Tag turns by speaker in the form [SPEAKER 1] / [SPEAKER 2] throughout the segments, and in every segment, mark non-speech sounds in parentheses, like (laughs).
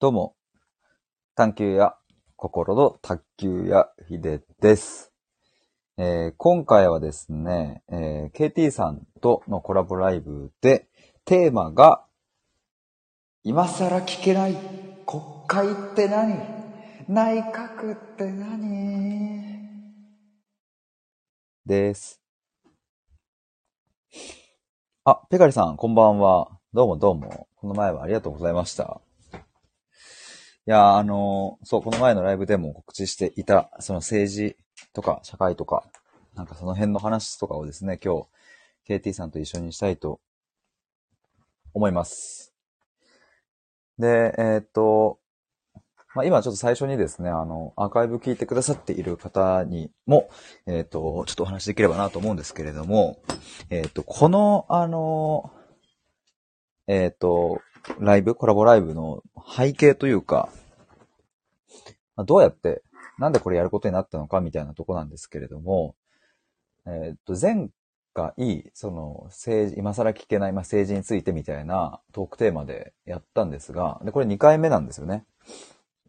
[SPEAKER 1] どうも、探求や心の卓球やひでです。えー今回はですね、えー KT さんとのコラボライブで、テーマが、今更聞けない国会って何内閣って何です。あ、ペカリさん、こんばんは。どうもどうも。この前はありがとうございました。いやー、あのーそう、この前のライブでも告知していた、その政治とか社会とか、なんかその辺の話とかをですね、今日、KT さんと一緒にしたいと思います。で、えーっと、まあ、今ちょっと最初にですね、あの、アーカイブ聞いてくださっている方にも、えーっと、ちょっとお話しできればなと思うんですけれども、えーっと、この、あのー、えーっと、ライブ、コラボライブの背景というか、まあどうやって、なんでこれやることになったのかみたいなとこなんですけれども、えーっと、前回、その、政治、今更聞けない、まあ、政治についてみたいなトークテーマでやったんですが、で、これ2回目なんですよね。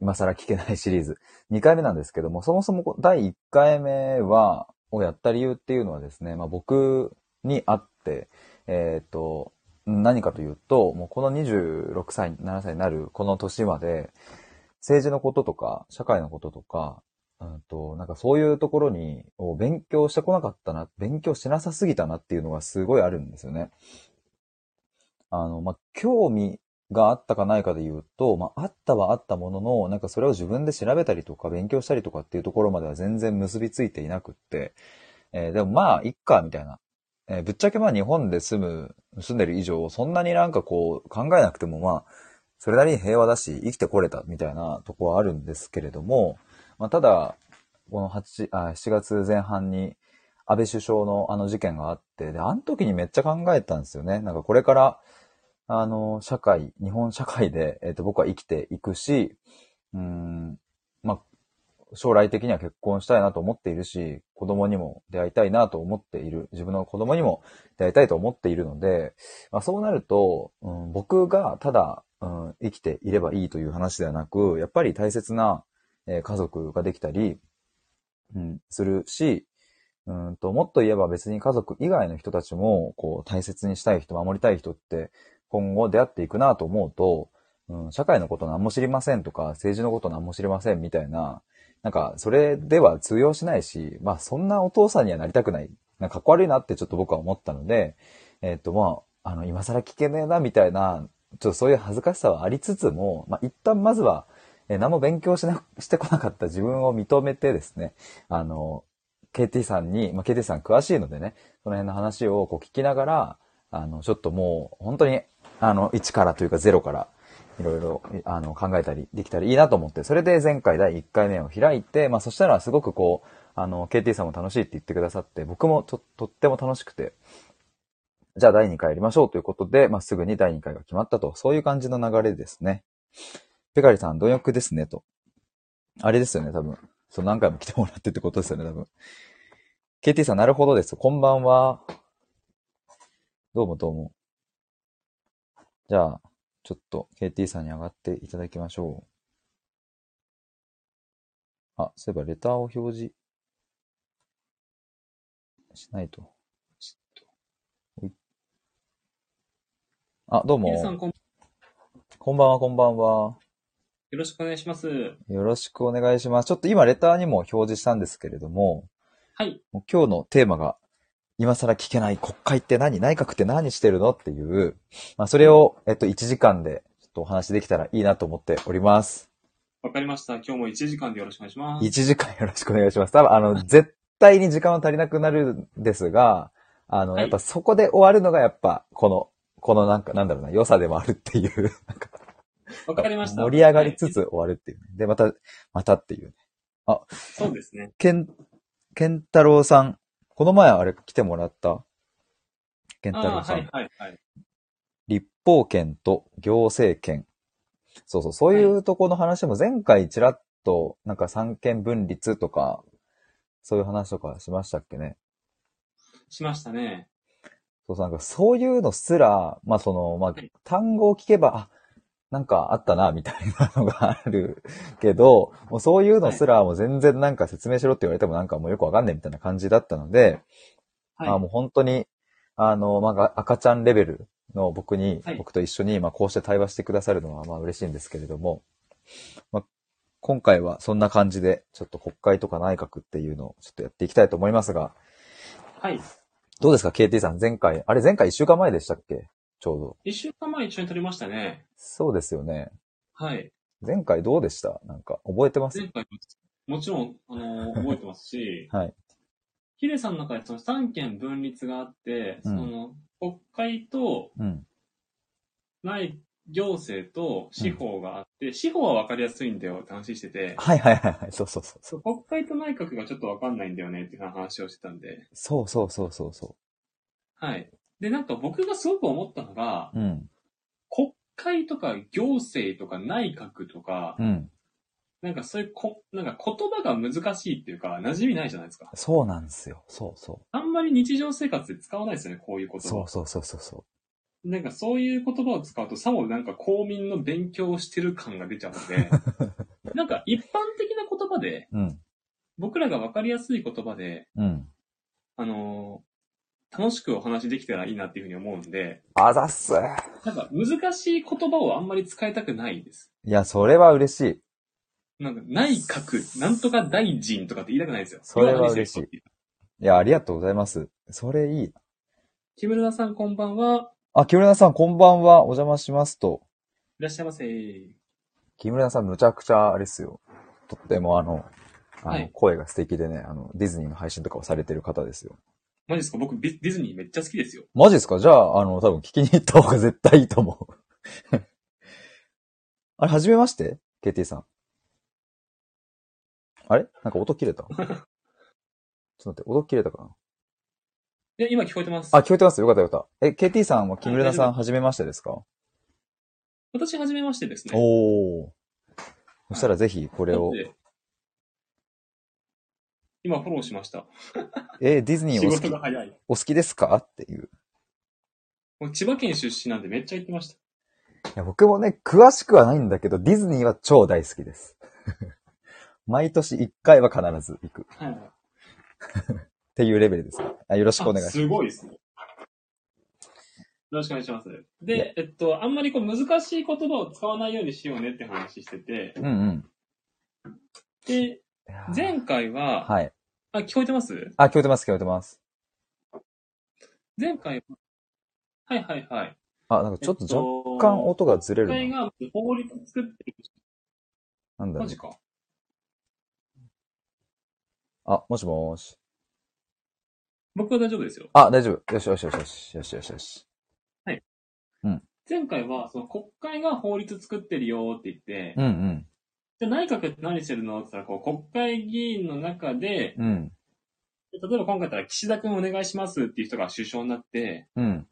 [SPEAKER 1] 今更聞けない (laughs) シリーズ。2回目なんですけども、そもそもこう第1回目は、をやった理由っていうのはですね、まあ、僕にあって、えーっと、何かというと、もうこの26歳、7歳になるこの年まで、政治のこととか、社会のこととか、うんと、なんかそういうところに、を勉強してこなかったな、勉強しなさすぎたなっていうのがすごいあるんですよね。あの、まあ、興味があったかないかで言うと、まあ、あったはあったものの、なんかそれを自分で調べたりとか、勉強したりとかっていうところまでは全然結びついていなくって、えーでもまあ、いっか、みたいな。えーぶっちゃけまあ日本で住む、住んでる以上、そんなになんかこう考えなくてもまあ、それなりに平和だし、生きてこれたみたいなとこはあるんですけれども、まあただ、この8、あ7月前半に安倍首相のあの事件があって、で、あの時にめっちゃ考えたんですよね。なんかこれから、あの、社会、日本社会で、えっ、と僕は生きていくし、うーん、まあ、将来的には結婚したいなと思っているし、子供にも出会いたいなと思っている。自分の子供にも出会いたいと思っているので、まあ、そうなると、うん、僕がただ、うん、生きていればいいという話ではなく、やっぱり大切な、えー家族ができたり、うん、するし、うんと、もっと言えば別に家族以外の人たちも、こう、大切にしたい人、守りたい人って、今後出会っていくなと思うと、うん、社会のこと何も知りませんとか、政治のこと何も知りませんみたいな、なんか、それでは通用しないし、まあ、そんなお父さんにはなりたくない。なんか、かっこ悪いなってちょっと僕は思ったので、えっ、と、まあ、あの、今更聞けねえな、みたいな、ちょっとそういう恥ずかしさはありつつも、まあ、一旦まずは、えー何も勉強しな、してこなかった自分を認めてですね、あの、KT さんに、まあ、KT さん詳しいのでね、その辺の話をこう聞きながら、あの、ちょっともう、本当に、あの、1からというか0から、いろいろ、いあの、考えたりできたらいいなと思って、それで前回第1回目を開いて、まあそしたらすごくこう、あの、KT さんも楽しいって言ってくださって、僕もと、とっても楽しくて、じゃあ第2回やりましょうということで、まあすぐに第2回が決まったと、そういう感じの流れですね。ペカリさん、貪欲ですね、と。あれですよね、多分。そう、何回も来てもらってってことですよね、多分。KT さん、なるほどです。こんばんは。どうもどうも。じゃあ、ちょっと KT さんに上がっていただきましょう。あ、そういえばレターを表示しないと。ちょっとほいあ、どう
[SPEAKER 2] 皆さん
[SPEAKER 1] も。
[SPEAKER 2] こん
[SPEAKER 1] こんばんは、こんばんは。
[SPEAKER 2] よろしくお願いします。
[SPEAKER 1] よろしくお願いします。ちょっと今レターにも表示したんですけれども、
[SPEAKER 2] はい。
[SPEAKER 1] もう今日のテーマが、今更聞けない国会って何内閣って何してるのっていう、まあそれを、えっと、1時間でちょっとお話できたらいいなと思っております。
[SPEAKER 2] わかりました。今日も1時間でよろしくお願いしま
[SPEAKER 1] 1
[SPEAKER 2] す。
[SPEAKER 1] 時間よろしくお願いします。多分、あの、絶対に時間は足りなくなるんですが、あの、
[SPEAKER 2] はい
[SPEAKER 1] やっぱそこで終わるのがやっぱ、この、このなんか、なんだろうな、良さでもあるっていう、なんか、
[SPEAKER 2] わかりまし
[SPEAKER 1] (laughs)
[SPEAKER 2] た。
[SPEAKER 1] 盛り上がりつ
[SPEAKER 2] は
[SPEAKER 1] つ終わるっていう、ね。で、また、またっていう。
[SPEAKER 2] いそうで
[SPEAKER 1] (laughs)
[SPEAKER 2] すね。
[SPEAKER 1] ケン、ケンタロウさん。この前あれ来てもらったケンタロ
[SPEAKER 2] あ
[SPEAKER 1] ウ
[SPEAKER 2] あー、
[SPEAKER 1] さん。
[SPEAKER 2] はいはいはい。
[SPEAKER 1] 立法権と行政権。そうそう、そういうとこの話も前回ちらっと、なんか三権分立とか、そういう話とかしましたっけね。
[SPEAKER 2] しましたね。
[SPEAKER 1] そうそう、なんかそういうのすら、まあその、まあ
[SPEAKER 2] はい、
[SPEAKER 1] 単語を聞けば、あ、なんかあったな、みたいなのがあるけど、もうそういうのすらもう全然なんか説明しろって言われてもなんかもうよくわかんないみたいな感じだったので、
[SPEAKER 2] はい。
[SPEAKER 1] あもう本当に、あの、まあが、赤ちゃんレベルの僕に、
[SPEAKER 2] はい
[SPEAKER 1] 僕と一緒に、まあ、こうして対話してくださるのは、まあ、嬉しいんですけれども、まあ、今回はそんな感じで、ちょっと国会とか内閣っていうのをちょっとやっていきたいと思いますが、
[SPEAKER 2] はい。
[SPEAKER 1] どうですか、KT さん、前回、あれ、前回一週間前でしたっけちょうど。
[SPEAKER 2] 一週間前一緒に撮りましたね。
[SPEAKER 1] そうですよね。
[SPEAKER 2] はい。
[SPEAKER 1] 前回どうでしたなんか、覚えてます、
[SPEAKER 2] 前回も、もちろん、あのー、覚えてますし (laughs)
[SPEAKER 1] はい。
[SPEAKER 2] ヒデさんの中でその三権分立があって、
[SPEAKER 1] うん
[SPEAKER 2] その、国会と
[SPEAKER 1] うん。
[SPEAKER 2] 内、行政と司法があって、司法はわかりやすいんだよって話してて、
[SPEAKER 1] はいはいはいはい。そうそうそうそ。
[SPEAKER 2] そうう国会と内閣がちょっとわかんないんだよねっていう話をしてたんで、
[SPEAKER 1] そうそうそうそうそ
[SPEAKER 2] はい。で、なんか僕がすごく思ったのが、
[SPEAKER 1] う。うん。
[SPEAKER 2] 国会とか行政とか内閣とか、
[SPEAKER 1] うん。
[SPEAKER 2] なんかそういうこ、なんか言葉が難しいっていうか、馴染みないじゃないですか。
[SPEAKER 1] そうなんですよ。そうそ
[SPEAKER 2] あんまり日常生活で使わないですよね、こういう言
[SPEAKER 1] う。
[SPEAKER 2] 葉。
[SPEAKER 1] そうそうそうそうそう。
[SPEAKER 2] なんかそういう言葉を使うと、さもなんか公民の勉強をしてる感が出ちゃう
[SPEAKER 1] (laughs)
[SPEAKER 2] ので、なんか一般的な言葉で、
[SPEAKER 1] うん。
[SPEAKER 2] 僕らがわかりやすい言葉で、
[SPEAKER 1] うん。
[SPEAKER 2] あのー楽しくお話できたらいいなっていうふうに思うんで、
[SPEAKER 1] あざっす。
[SPEAKER 2] なんか難しい言葉をあんまり使いたくないです。
[SPEAKER 1] いや、それは嬉しい。
[SPEAKER 2] なんか内閣、なんとか大臣とかって言いたくないですよ。
[SPEAKER 1] それは嬉しい
[SPEAKER 2] 今話てる人。
[SPEAKER 1] いや、ありがとうございます。それいい。
[SPEAKER 2] 木村さんこんばんは。
[SPEAKER 1] あ、木村さん、こんばんは。お邪魔しますと。
[SPEAKER 2] いらっしゃいませ。
[SPEAKER 1] 木村さん、むちゃくちゃ、あれっすよ。とっても、あの、あの、
[SPEAKER 2] はい
[SPEAKER 1] 声が素敵でね、あの、ディズニーの配信とかをされてる方ですよ。
[SPEAKER 2] マジですか僕ビディズニーめっちゃ好きですよ。
[SPEAKER 1] マジですかじゃあ、あの、多分聞きに行った方が絶対いいと思う。 (laughs) あれ、はじめまして ?KT さん。あれなんか音切れ
[SPEAKER 2] (laughs)
[SPEAKER 1] たちょっと待って、音切れたかな
[SPEAKER 2] で、今聞こえてます。
[SPEAKER 1] あ、聞こえてますよかったよかった。え、KT さんは木村さん、
[SPEAKER 2] はい
[SPEAKER 1] はじめましてですか
[SPEAKER 2] 私初めましてですね。
[SPEAKER 1] おー。そしたらぜひこれを
[SPEAKER 2] だっ、て今フォローしました。
[SPEAKER 1] え、ディズニー
[SPEAKER 2] 仕
[SPEAKER 1] お好
[SPEAKER 2] 事
[SPEAKER 1] き
[SPEAKER 2] が、早い。
[SPEAKER 1] お好きですかっていう。
[SPEAKER 2] もう千葉県出身なんでめっちゃ行ってました。
[SPEAKER 1] いや、僕もね、詳しくはないんだけど、ディズニーは超大好きです。 (laughs) 毎年1回は必ず行く。っ
[SPEAKER 2] はい。
[SPEAKER 1] ていうレベルです。あよろしくお願いします
[SPEAKER 2] あ。すごいですね。よろしくお願いします。
[SPEAKER 1] いや
[SPEAKER 2] で、えっと、あんまりこう難しい言葉を使わないようにしようねって話してて、
[SPEAKER 1] うんうん。
[SPEAKER 2] で、
[SPEAKER 1] いやー
[SPEAKER 2] 前回は、
[SPEAKER 1] はい。
[SPEAKER 2] あ、聞こえてます
[SPEAKER 1] あ、聞こえてます、聞こえてます。
[SPEAKER 2] 前回は、はいはいはい。
[SPEAKER 1] あ、なんかちょっ
[SPEAKER 2] え
[SPEAKER 1] と若干音がずれる
[SPEAKER 2] 国会
[SPEAKER 1] な。
[SPEAKER 2] が法律作ってる
[SPEAKER 1] なんだろ
[SPEAKER 2] マ
[SPEAKER 1] う
[SPEAKER 2] ジ。か。
[SPEAKER 1] あ、もしもーし。
[SPEAKER 2] 僕は大丈夫ですよ。
[SPEAKER 1] あ、大丈夫。よしよしよしよし。よしよしよし。
[SPEAKER 2] 前回は、その国会が法律作ってるよって言って、
[SPEAKER 1] うんうん。
[SPEAKER 2] じゃあ内閣って何してるのって言ったら、こう、国会議員の中で、
[SPEAKER 1] うん。
[SPEAKER 2] 例えば今回だったら岸田君お願いしますっていう人が首相になって、
[SPEAKER 1] うん。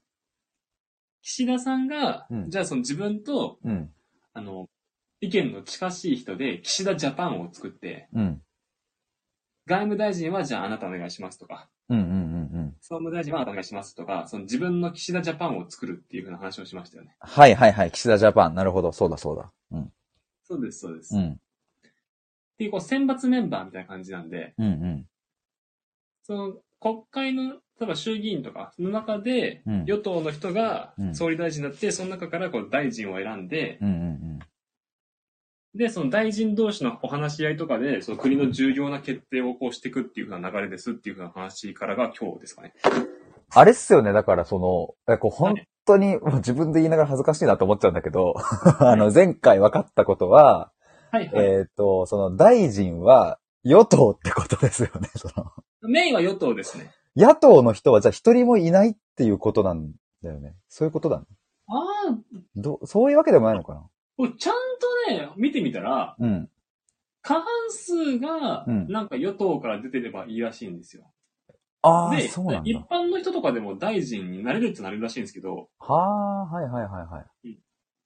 [SPEAKER 2] 岸田さんが、
[SPEAKER 1] うん
[SPEAKER 2] じゃあその自分と、
[SPEAKER 1] うん。
[SPEAKER 2] あの、意見の近しい人で、岸田ジャパンを作って、
[SPEAKER 1] うん。
[SPEAKER 2] 外務大臣はじゃああなたお願いしますとか、
[SPEAKER 1] うんうんうんうん。
[SPEAKER 2] 総務大臣はあなたお願いしますとか、その自分の岸田ジャパンを作るっていうふうな話をしましたよね。
[SPEAKER 1] はいはいはい。岸田ジャパン。なるほど。そうだそうだ。うん。
[SPEAKER 2] そうです、そうです。
[SPEAKER 1] う
[SPEAKER 2] っ
[SPEAKER 1] ん。
[SPEAKER 2] ていう、こう、選抜メンバーみたいな感じなんで、
[SPEAKER 1] うんうん。
[SPEAKER 2] その国会の、例えば衆議院とかの中で、
[SPEAKER 1] うん
[SPEAKER 2] 与党の人が
[SPEAKER 1] うん
[SPEAKER 2] 総理大臣になって、その中からこう大臣を選んで、
[SPEAKER 1] うんうん
[SPEAKER 2] で、その大臣同士のお話し合いとかで、その国の重要な決定をこうしていくっていうふうな流れですっていうふうな話からが今日ですかね。
[SPEAKER 1] あれっすよね。だからその、えこう
[SPEAKER 2] は
[SPEAKER 1] 本
[SPEAKER 2] い
[SPEAKER 1] 当に、もう自分で言いながら恥ずかしいなと思っちゃうんだけど、 (laughs) あの、前回分かったことは、
[SPEAKER 2] はいはい。
[SPEAKER 1] えっ、と、その大臣は与党ってことですよね。 (laughs) その
[SPEAKER 2] メインは与党ですね。
[SPEAKER 1] 野党の人はじゃあ一人もいないっていうことなんだよね。そういうことだね。
[SPEAKER 2] ああ、
[SPEAKER 1] どうそういうわけでもないのかな
[SPEAKER 2] これちゃんとね、見てみたら、
[SPEAKER 1] うん。
[SPEAKER 2] 過半数が
[SPEAKER 1] うん、
[SPEAKER 2] なんか与党から出てればいいらしいんですよ。
[SPEAKER 1] ああ、
[SPEAKER 2] で、一
[SPEAKER 1] そうなんだ。
[SPEAKER 2] 般の人とかでも大臣になれるってなれるらしいんですけど、
[SPEAKER 1] はあ、はいはいはいはい。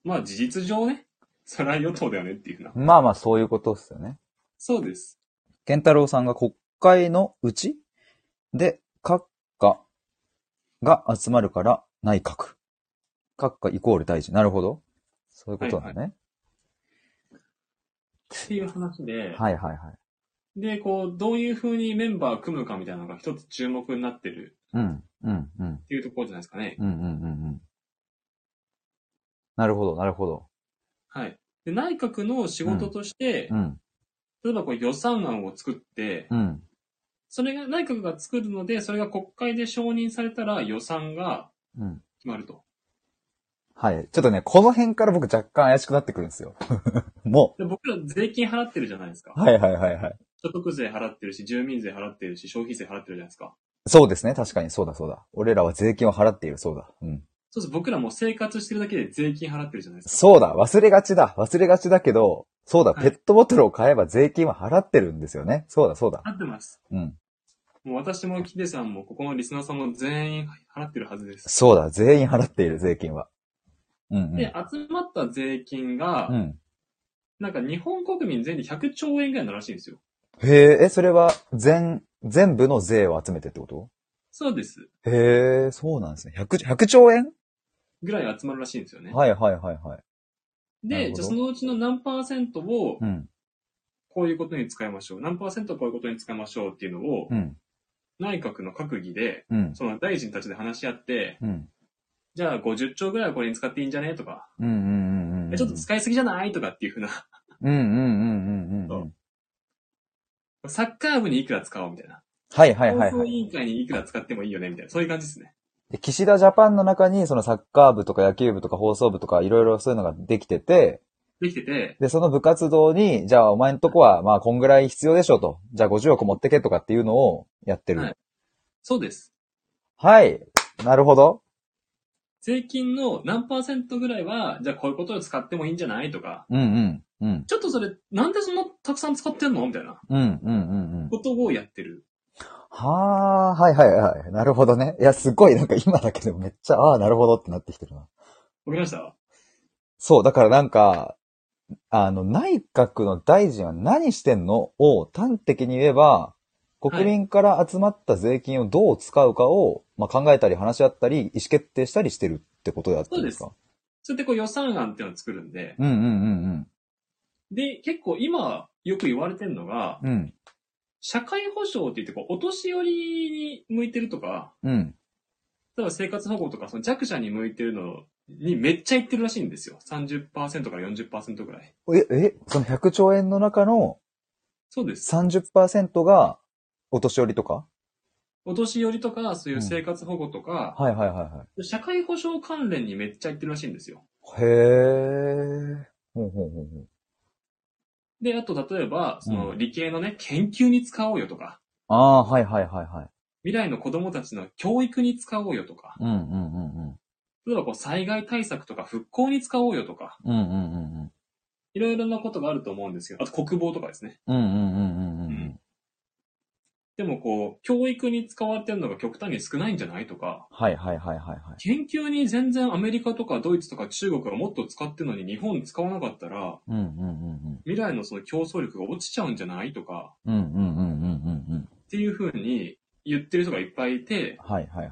[SPEAKER 2] まあ事実上ね、それは与党だよねっていうふうな。
[SPEAKER 1] まあまあ、そういうことっすよね。
[SPEAKER 2] そうです。
[SPEAKER 1] 健太郎さんが国会のうちで閣下が集まるから内閣。閣下イコール大臣。なるほど。そういうことだね。
[SPEAKER 2] っていう話で、
[SPEAKER 1] はいはいはい。
[SPEAKER 2] で、こう、どういう風にメンバー組むかみたいなのが一つ注目になってる
[SPEAKER 1] うん、うん、うん。
[SPEAKER 2] っていうところじゃないですかね。
[SPEAKER 1] うんうんうんうん。なるほど、なるほど。
[SPEAKER 2] はい。で、内閣の仕事として、
[SPEAKER 1] うん、
[SPEAKER 2] 例えばこう予算案を作って、
[SPEAKER 1] うん、
[SPEAKER 2] それが内閣が作るので、それが国会で承認されたら予算が
[SPEAKER 1] うん。
[SPEAKER 2] 決まると。
[SPEAKER 1] はい。ちょっとね、この辺から僕若干怪しくなってくるんですよ。 (laughs) も
[SPEAKER 2] で僕ら税金払ってるじゃないですか
[SPEAKER 1] う。。はいはいはいはい。
[SPEAKER 2] 所得税払ってるし、住民税払ってるし、消費税払ってるじゃないですか。
[SPEAKER 1] そうですね。確かにそうだそうだ。俺らは税金を払っている。そうだ。うん。
[SPEAKER 2] そうすると僕らもう生活してるだけで税金払ってるじゃないですか。
[SPEAKER 1] そうだ。忘れがちだ。忘れがちだけど、そうだ。
[SPEAKER 2] はい
[SPEAKER 1] ペットボトルを買えば税金は払ってるんですよね。そうだそうだ。
[SPEAKER 2] 払ってます。
[SPEAKER 1] うん。
[SPEAKER 2] もう私もキデさんも、ここのリスナーさんも全員払ってるはずです。
[SPEAKER 1] そうだ。全員払っている税金は。うん、うん。
[SPEAKER 2] で、集まった税金が、
[SPEAKER 1] うん。
[SPEAKER 2] なんか日本国民全員で100兆円ぐらいになるらしいんですよ。
[SPEAKER 1] へえ、え、それは全、全部の税を集めてってこと
[SPEAKER 2] そうです。
[SPEAKER 1] へえ、そうなんですね。100、100兆円
[SPEAKER 2] ぐらい集まるらしいんですよね。
[SPEAKER 1] はいはいはいはい。なるほ
[SPEAKER 2] で、じ
[SPEAKER 1] ど
[SPEAKER 2] ゃあそのうちの何パーセントを
[SPEAKER 1] うん。
[SPEAKER 2] こういうことに使いましょう。何パーセントをこういうことに使いましょうっていうのを
[SPEAKER 1] う、ん。
[SPEAKER 2] 内閣の閣議で、
[SPEAKER 1] うん。
[SPEAKER 2] その大臣たちで話し合って、
[SPEAKER 1] うん。
[SPEAKER 2] じゃあ50兆ぐらいはこれに使っていいんじゃねとか、
[SPEAKER 1] うんうんうんうんうん。
[SPEAKER 2] えちょっと使いすぎじゃないとかっていうふうな、 (laughs)
[SPEAKER 1] うんうんうんうんうんう
[SPEAKER 2] そ
[SPEAKER 1] ん。
[SPEAKER 2] サッカー部にいくら使おうみたいな。
[SPEAKER 1] はいはいはい
[SPEAKER 2] 放
[SPEAKER 1] は
[SPEAKER 2] 送
[SPEAKER 1] い。
[SPEAKER 2] 委員会にいくら使ってもいいよねみたいな、そういう感じですね。
[SPEAKER 1] で岸田ジャパンの中に、そのサッカー部とか野球部とか放送部とかいろいろそういうのができてて、
[SPEAKER 2] できてて、
[SPEAKER 1] で、その部活動に、じゃあお前んとこは、まあこんぐらい必要でしょうと。じゃあ50億持ってけとかっていうのをやってる。は
[SPEAKER 2] はいい。そうです。
[SPEAKER 1] なるほど。
[SPEAKER 2] 税金の何パーセントぐらいは、じゃあこういうことを使ってもいいんじゃないとか、
[SPEAKER 1] うんうん。うん。
[SPEAKER 2] ちょっとそれ、なんでそんなたくさん使ってんのみたいな
[SPEAKER 1] うんうんうんうん。
[SPEAKER 2] ことをやってる。
[SPEAKER 1] はあ、はいはいはい。なるほどね。いや、すごいなんか今だけでもめっちゃ、ああ、なるほどってなってきてるな。
[SPEAKER 2] わかりました
[SPEAKER 1] そう、だからなんか、あの、内閣の大臣は何してんのを端的に言えば、国民から集まった税金をどう使うかを、まあ、考えたり話し合ったり、意思決定したりしてるってことであってるんですか
[SPEAKER 2] それでこう予算案っていうのを作るんで、
[SPEAKER 1] うんうんうん
[SPEAKER 2] で、結構今よく言われてるのが、
[SPEAKER 1] うん。うん。
[SPEAKER 2] 社会保障って言ってこう、お年寄りに向いてるとか、
[SPEAKER 1] うん。
[SPEAKER 2] 例えば生活保護とか、その弱者に向いてるのにめっちゃ言ってるらしいんですよ。30%から40%ぐらい。
[SPEAKER 1] え、え、その100兆円の中の
[SPEAKER 2] そうです。
[SPEAKER 1] 30%がお年寄りとか
[SPEAKER 2] お年寄りとか、そういう生活保護とか、
[SPEAKER 1] はいはいは
[SPEAKER 2] 社会保障関連にめっちゃ言ってるらしいんですよ。
[SPEAKER 1] いはい。へえ。ほうほうほうほう。
[SPEAKER 2] で、あと例えば、そうの理系のね、研究に使おうよとか、
[SPEAKER 1] ああー、はいはいはいはい。
[SPEAKER 2] 未来の子供たちの教育に使おうよとか、
[SPEAKER 1] うんうんうんうん。
[SPEAKER 2] 例えばこう災害対策とか復興に使おうよとか、
[SPEAKER 1] うんうんうんうん。
[SPEAKER 2] いろいろなことがあると思うんですけど、あと国防とかですね。
[SPEAKER 1] うんうんうんうんうんうん。
[SPEAKER 2] でもこう、教育に使われてるのが極端に少ないんじゃないとか、
[SPEAKER 1] はいはいはいはいはい。
[SPEAKER 2] 研究に全然アメリカとかドイツとか中国がもっと使ってるのに日本使わなかったら、
[SPEAKER 1] うんうんうん
[SPEAKER 2] 未来のその競争力が落ちちゃうんじゃないとか、
[SPEAKER 1] うん。うんうんうんうんうんうん。
[SPEAKER 2] っていう風に言ってる人がいっぱいいて、
[SPEAKER 1] はいはいはい。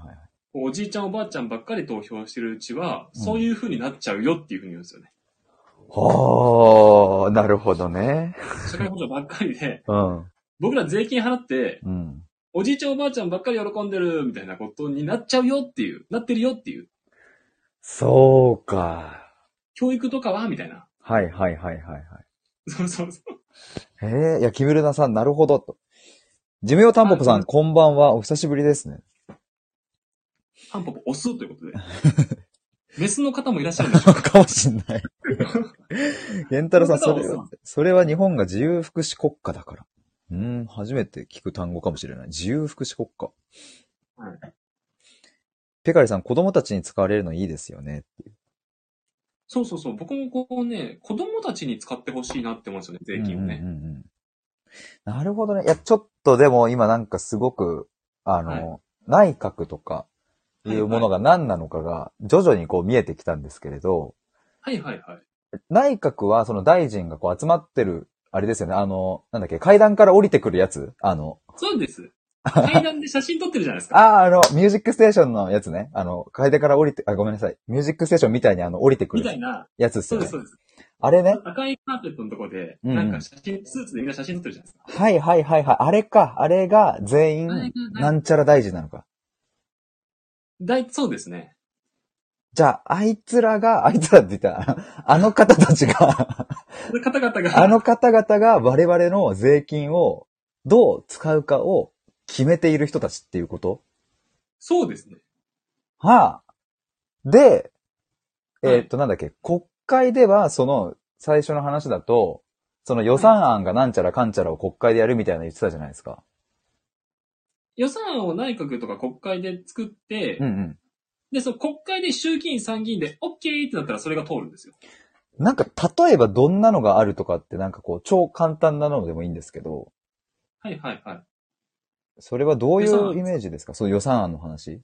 [SPEAKER 2] こうおじいちゃんおばあちゃんばっかり投票してるうちは、そういう風になっちゃうよっていう風に言うんですよね。
[SPEAKER 1] はあ、なるほどね。
[SPEAKER 2] 社会保障ばっかりで、 (laughs)
[SPEAKER 1] うん。
[SPEAKER 2] 僕ら税金払って、
[SPEAKER 1] うん。
[SPEAKER 2] おじいちゃんおばあちゃんばっかり喜んでるみたいなことになっちゃうよっていう、なってるよっていう、
[SPEAKER 1] そうか。
[SPEAKER 2] 教育とかはみたいな。
[SPEAKER 1] はいはいはいはいはい。
[SPEAKER 2] そうそうそう。
[SPEAKER 1] ええいや、キムルナさん、なるほど、と。ジムヨタンポポさ、
[SPEAKER 2] あうんん
[SPEAKER 1] こんばんは。お久しぶりですね。 (laughs)
[SPEAKER 2] タンポポ押すということで。メスの方もいらっしゃるんでしょうか
[SPEAKER 1] かもしんない。ゲンタロウさん、それ
[SPEAKER 2] そう
[SPEAKER 1] は、それは日本が自由福祉国家だから。うーん、初めて聞く単語かもしれない。自由福祉国家。
[SPEAKER 2] はい
[SPEAKER 1] ペカリさん、子供たちに使われるのいいですよね。
[SPEAKER 2] そうそうそう。僕もこうね、子供たちに使ってほしいなって思うんですよね、税金を
[SPEAKER 1] う
[SPEAKER 2] ね。
[SPEAKER 1] んうんうんうんなるほどね。いや、ちょっとでも今なんかすごく、あの、内閣とかいうものが何なのかが徐々にこう見えてきたんですけれど、
[SPEAKER 2] はいはいはい。
[SPEAKER 1] 内閣はその大臣がこう集まってる、あれですよね、あの、なんだっけ、階段から降りてくるやつあの、 (laughs)
[SPEAKER 2] そうです。階段で写真撮ってるじゃないですか。
[SPEAKER 1] ああ、あの、ミュージックステーションのやつね。あの、階段から降りて、あ、ごめんなさい。ミュージックステーションみたいにあの、降りてく
[SPEAKER 2] みたい
[SPEAKER 1] る
[SPEAKER 2] な、
[SPEAKER 1] やつっす
[SPEAKER 2] そ
[SPEAKER 1] よ
[SPEAKER 2] うで
[SPEAKER 1] ね
[SPEAKER 2] す、。そうです。
[SPEAKER 1] あれね。
[SPEAKER 2] 赤いカーペットのとこで、
[SPEAKER 1] うんうん
[SPEAKER 2] なんか写真、スーツでみんな写真撮ってるじゃないですか。
[SPEAKER 1] はいはいはいはい。あれか。あれが全
[SPEAKER 2] あれ
[SPEAKER 1] 員、
[SPEAKER 2] が
[SPEAKER 1] なんちゃら大事なのか。
[SPEAKER 2] だいそうですね。
[SPEAKER 1] じゃあ、あいつらが、あ (laughs) いつらって言ったら、あの方たちが、 (laughs)
[SPEAKER 2] で方々が、
[SPEAKER 1] あの方々が我々の税金をどう使うかを決めている人たちっていうこと
[SPEAKER 2] そうですね。
[SPEAKER 1] はあ。で、え
[SPEAKER 2] はい
[SPEAKER 1] ーっと、なんだっけ、国会では、その、最初の話だと、その予算案がなんちゃらかんちゃらを国会でやるみたいなの言ってたじゃないですか。
[SPEAKER 2] 予算案を内閣とか国会で作って、
[SPEAKER 1] うんうん。
[SPEAKER 2] で、その国会で衆議院参議院で OK ってなったらそれが通るんですよ。
[SPEAKER 1] なんか、例えばどんなのがあるとかって、なんかこう、超簡単なのでもいいんですけど、
[SPEAKER 2] はいはいはい。
[SPEAKER 1] それはどうい
[SPEAKER 2] 予算案
[SPEAKER 1] うイメージですかその予算案の話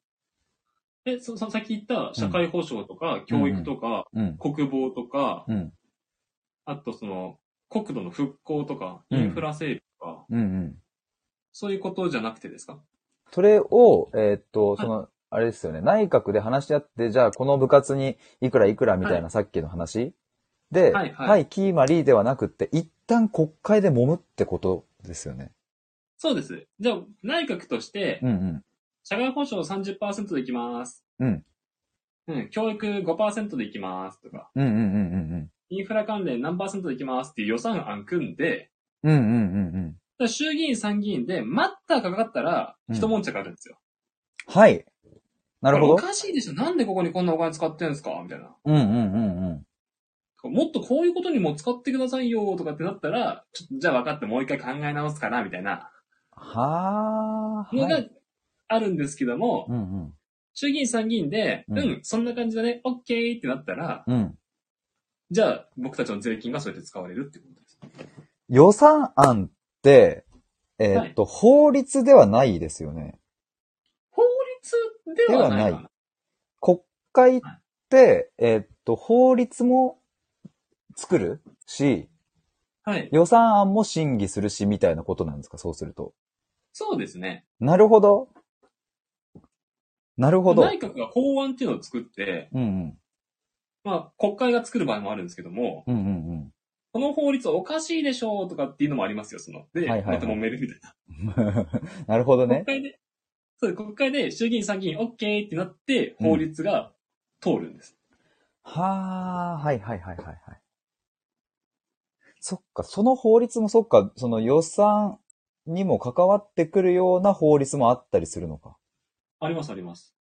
[SPEAKER 2] で、そその先言った社会保障とか教育とか
[SPEAKER 1] うん。
[SPEAKER 2] 国防とか、
[SPEAKER 1] うん。
[SPEAKER 2] あとその国土の復興とか
[SPEAKER 1] うん
[SPEAKER 2] インフラ整備とか、
[SPEAKER 1] うんうん。
[SPEAKER 2] そういうことじゃなくてですか
[SPEAKER 1] それを、えーっと、その、あれですよね、内閣で話し合って、じゃあこの部活にいくらいくらみたいなさっきの話で、
[SPEAKER 2] はいはい
[SPEAKER 1] はい、キーマリーではなくって、一旦国会で揉むってことですよね。
[SPEAKER 2] そうです。じゃあ、内閣として
[SPEAKER 1] う、ん
[SPEAKER 2] 社会保障30%でいきます。
[SPEAKER 1] うん。
[SPEAKER 2] うん、教育5%でいきますとか、
[SPEAKER 1] うん。うんうんうんうん
[SPEAKER 2] インフラ関連何でいきますっていう予算案組んで、
[SPEAKER 1] うん。うんうんうんうん。
[SPEAKER 2] だから衆議院参議院で待ったかかったら、一悶着あるんですよ。
[SPEAKER 1] はい。なるほど。
[SPEAKER 2] おかしいでしょなんでここにこんなお金使ってんすかみたいな。
[SPEAKER 1] うんうんうんうん。
[SPEAKER 2] もっとこういうことにも使ってくださいよとかってなったら、ちょっとじゃあ分かってもう一回考え直すかなみたいな
[SPEAKER 1] はー
[SPEAKER 2] の
[SPEAKER 1] は
[SPEAKER 2] が
[SPEAKER 1] い。
[SPEAKER 2] あるんですけども、
[SPEAKER 1] うんうん。
[SPEAKER 2] 衆議院参議院で、
[SPEAKER 1] う
[SPEAKER 2] うんん、そんな感じだね、オッケーってなったら、
[SPEAKER 1] うん。
[SPEAKER 2] じゃあ僕たちの税金がそうやって使われるってことです。
[SPEAKER 1] 予算案って、えーっと、法律ではないですよね。
[SPEAKER 2] 法律ではない
[SPEAKER 1] で
[SPEAKER 2] か
[SPEAKER 1] は
[SPEAKER 2] な。
[SPEAKER 1] 国会って、えーっと、法律も作るし、
[SPEAKER 2] はい。
[SPEAKER 1] 予算案も審議するし、みたいなことなんですか、そうすると。
[SPEAKER 2] そうですね。
[SPEAKER 1] なるほど。なるほど。
[SPEAKER 2] 内閣が法案っていうのを作って、
[SPEAKER 1] うんうん。
[SPEAKER 2] まあ国会が作る場合もあるんですけども、
[SPEAKER 1] うんうん
[SPEAKER 2] この法律おかしいでしょとかっていうのもありますよ、その。で、
[SPEAKER 1] はいはいはい
[SPEAKER 2] また揉めるみたい
[SPEAKER 1] う
[SPEAKER 2] な。
[SPEAKER 1] ん。 (laughs) なるほどね
[SPEAKER 2] 国。会で、そう、国会で衆議院参議院 OK ってなって、法律が通るんです。
[SPEAKER 1] はあ、はいはいはいはいはい。そっか、その法律もそっか、その予算にも関わってくるような法律もあったりするのか。
[SPEAKER 2] ありますあります。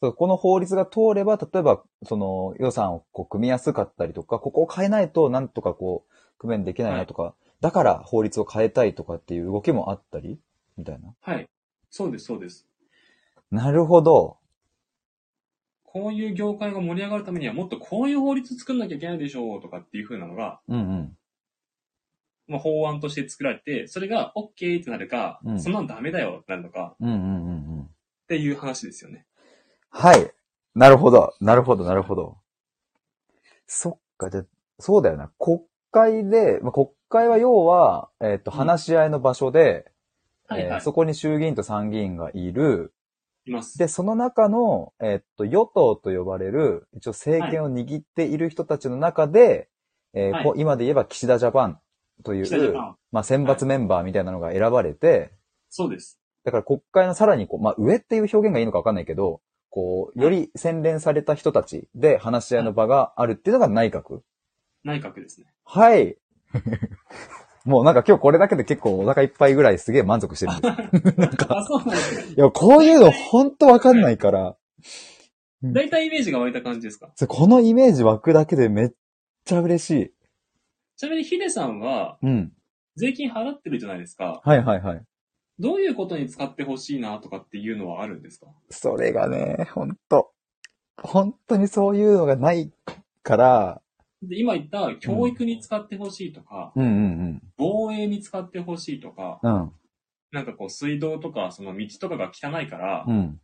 [SPEAKER 1] そうこの法律が通れば、例えば、その予算をこう組みやすかったりとか、ここを変えないとなんとかこう、区面できないなとか、だから法律を変えたいとかっていう動きもあったりみたいな。
[SPEAKER 2] はい。そうです、そうです。
[SPEAKER 1] なるほど。
[SPEAKER 2] こういう業界が盛り上がるためにはもっとこういう法律作んなきゃいけないでしょうとかっていう風なのが、
[SPEAKER 1] うん
[SPEAKER 2] まあ、法案として作られて、それが OK ってなるか、
[SPEAKER 1] うん
[SPEAKER 2] そんなのダメだよってなるのかっ
[SPEAKER 1] うん。うんうんうんうん。
[SPEAKER 2] ていう話ですよね。
[SPEAKER 1] はい。なるほど。なるほど、なるほど。そっか、じゃあ、そうだよな。国会で、まあ、国会は要は、えっ、と、
[SPEAKER 2] うん
[SPEAKER 1] 話し合いの場所で、
[SPEAKER 2] はい
[SPEAKER 1] え
[SPEAKER 2] は
[SPEAKER 1] ー
[SPEAKER 2] い。
[SPEAKER 1] そこに衆議院と参議院がいる。
[SPEAKER 2] います。
[SPEAKER 1] で、その中の、えっと、与党と呼ばれる、一応政権を握っている人たちの中で、えー
[SPEAKER 2] はい
[SPEAKER 1] こう今で言えば岸田ジャパンとい
[SPEAKER 2] 北ジャ
[SPEAKER 1] う
[SPEAKER 2] パ、ン。
[SPEAKER 1] まあ、選抜メンバーみたいなのが選ばれて、
[SPEAKER 2] そうです。
[SPEAKER 1] だから国会のさらにこう、まあ、上っていう表現がいいのかわかんないけど、こう、より洗練された人たちで話し合いの場があるっていうのが内閣。
[SPEAKER 2] 内閣ですね。
[SPEAKER 1] はい。 (laughs) もうなんか今日これだけで結構お腹いっぱいぐらいすげえ満足してるんです。
[SPEAKER 2] あ、そうなん (laughs) ですね。
[SPEAKER 1] いや、こういうのほんとわかんないから。
[SPEAKER 2] 大体イメージが湧いた感じですか
[SPEAKER 1] そうこのイメージ湧くだけでめっちゃ嬉しい。
[SPEAKER 2] ちなみにヒデさんは
[SPEAKER 1] うん。
[SPEAKER 2] 税金払ってるじゃないですか。
[SPEAKER 1] はいはいはい。
[SPEAKER 2] どういうことに使ってほしいなとかっていうのはあるんですか
[SPEAKER 1] それがね、ほんと。本当にそういうのがないから。
[SPEAKER 2] で今言った教育に使ってほしいとか、
[SPEAKER 1] うんうん
[SPEAKER 2] 防衛に使ってほしいとか、
[SPEAKER 1] うん。うん。
[SPEAKER 2] なんかこう水道とかその道とかが汚いから、
[SPEAKER 1] うん。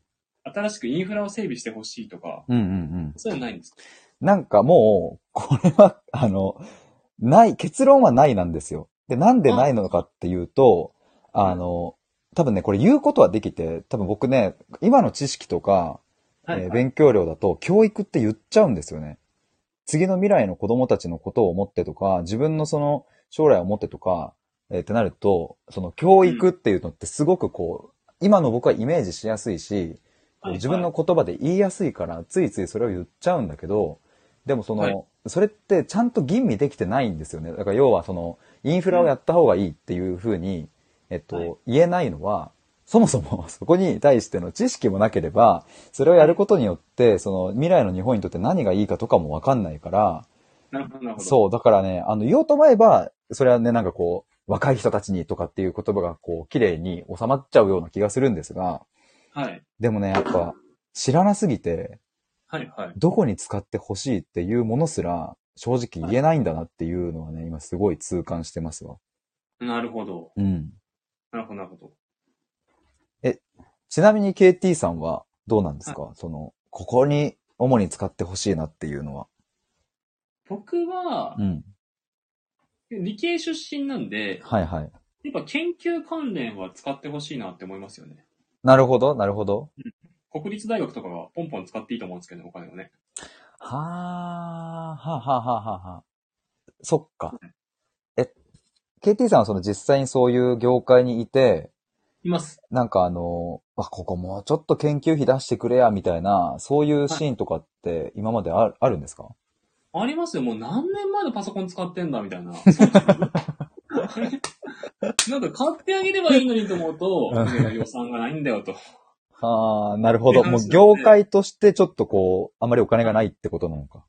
[SPEAKER 2] 新しくインフラを整備してほしいとか、
[SPEAKER 1] うんうんうん。
[SPEAKER 2] そういうのないんですか
[SPEAKER 1] なんかもう、これは、 (laughs) あの、ない、結論はないなんですよ。で、なんでないのかっていうと、あの、多分ね、これ言うことはできて、多分僕ね、今の知識とか、
[SPEAKER 2] は
[SPEAKER 1] えー
[SPEAKER 2] いはい。
[SPEAKER 1] 勉強量だと、教育って言っちゃうんですよね。次の未来の子供たちのことを思ってとか、自分のその将来を思ってとか、えーってなると、その教育っていうのってすごくこう、今の僕はイメージしやすいし、こう
[SPEAKER 2] はいはい
[SPEAKER 1] 自分の言葉で言いやすいから、ついついそれを言っちゃうんだけど、でもその、
[SPEAKER 2] はい
[SPEAKER 1] それってちゃんと吟味できてないんですよね。だから要はその、インフラをやった方がいいっていうふうに、えっと、
[SPEAKER 2] はい
[SPEAKER 1] 言えないのは、そもそも (laughs) そこに対しての知識もなければ、それをやることによって、その未来の日本にとって何がいいかとかもわかんないから、
[SPEAKER 2] なるほど、なるほど。
[SPEAKER 1] そう、だからね、あの、言おうと思えば、それはね、なんかこう、若い人たちにとかっていう言葉がこう、綺麗に収まっちゃうような気がするんですが、
[SPEAKER 2] はい。
[SPEAKER 1] でもね、やっぱ、知らなすぎて、
[SPEAKER 2] はい、はい。
[SPEAKER 1] どこに使ってほしいっていうものすら、正直言えないんだなっていうのはね、今すごい痛感してますわ。
[SPEAKER 2] なるほど。
[SPEAKER 1] うん。
[SPEAKER 2] なるほど、なるほど。
[SPEAKER 1] ちなみに KT さんはどうなんですかその、ここに主に使ってほしいなっていうのは。
[SPEAKER 2] 僕は
[SPEAKER 1] う、ん。
[SPEAKER 2] 理系出身なんで、
[SPEAKER 1] はいはい。
[SPEAKER 2] やっぱ研究関連は使ってほしいなって思いますよね。
[SPEAKER 1] なるほど、なるほど。
[SPEAKER 2] 国立大学とかがポンポン使っていいと思うんですけどね、お金をね。
[SPEAKER 1] はあ、はあはあはあはあ。そっか。え、KT さんはその実際にそういう業界にいて、
[SPEAKER 2] います。
[SPEAKER 1] なんかあの、あ、ここもうちょっと研究費出してくれや、みたいな、そういうシーンとかって今まであるあるんですか
[SPEAKER 2] ありますよ。もう何年前のパソコン使ってんだ、み
[SPEAKER 1] (laughs)
[SPEAKER 2] たいな。 (laughs) そうあれなんか買ってあげればいいのにと思うと、いや予算がないんだよと。
[SPEAKER 1] ああ、なるほど。
[SPEAKER 2] って
[SPEAKER 1] も
[SPEAKER 2] 話
[SPEAKER 1] う
[SPEAKER 2] なんで
[SPEAKER 1] 業界としてちょっとこう、あまりお金がないってことなのか。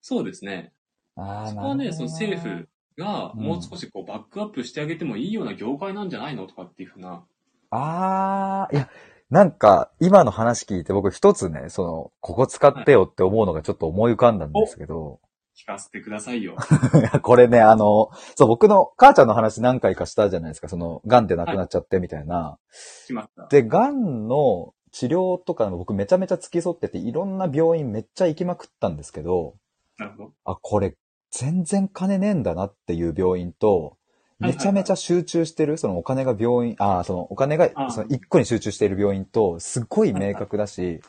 [SPEAKER 2] そうですね。
[SPEAKER 1] ああ、な
[SPEAKER 2] そ
[SPEAKER 1] る
[SPEAKER 2] こ
[SPEAKER 1] ほ
[SPEAKER 2] は
[SPEAKER 1] ど
[SPEAKER 2] ね、
[SPEAKER 1] な
[SPEAKER 2] その政府が
[SPEAKER 1] うん
[SPEAKER 2] もう少しこうバックアップしてあげてもいいような業界なんじゃないのとかっていうふうな。
[SPEAKER 1] ああ、いや、なんか、今の話聞いて僕一つね、その、ここ使ってよって思うのがちょっと思い浮かんだんですけど、
[SPEAKER 2] 聞かせてくださ
[SPEAKER 1] (laughs)
[SPEAKER 2] いよ。
[SPEAKER 1] いや (laughs) これね、あの、そう、僕の母ちゃんの話何回かしたじゃないですか、その、癌で亡くなっちゃってみたいな。
[SPEAKER 2] しまった。
[SPEAKER 1] で、癌の治療とかの僕めちゃめちゃ付き添ってて、いろんな病院めっちゃ行きまくったんですけど、
[SPEAKER 2] なるほど。
[SPEAKER 1] あ、これ、全然金ねえんだなっていう病院と、
[SPEAKER 2] はいはいは
[SPEAKER 1] め
[SPEAKER 2] い
[SPEAKER 1] ちゃめちゃ集中してる、そのお金が病院、あーそのお金が
[SPEAKER 2] あー
[SPEAKER 1] その一個に集中している病院と、すっごい明確だし、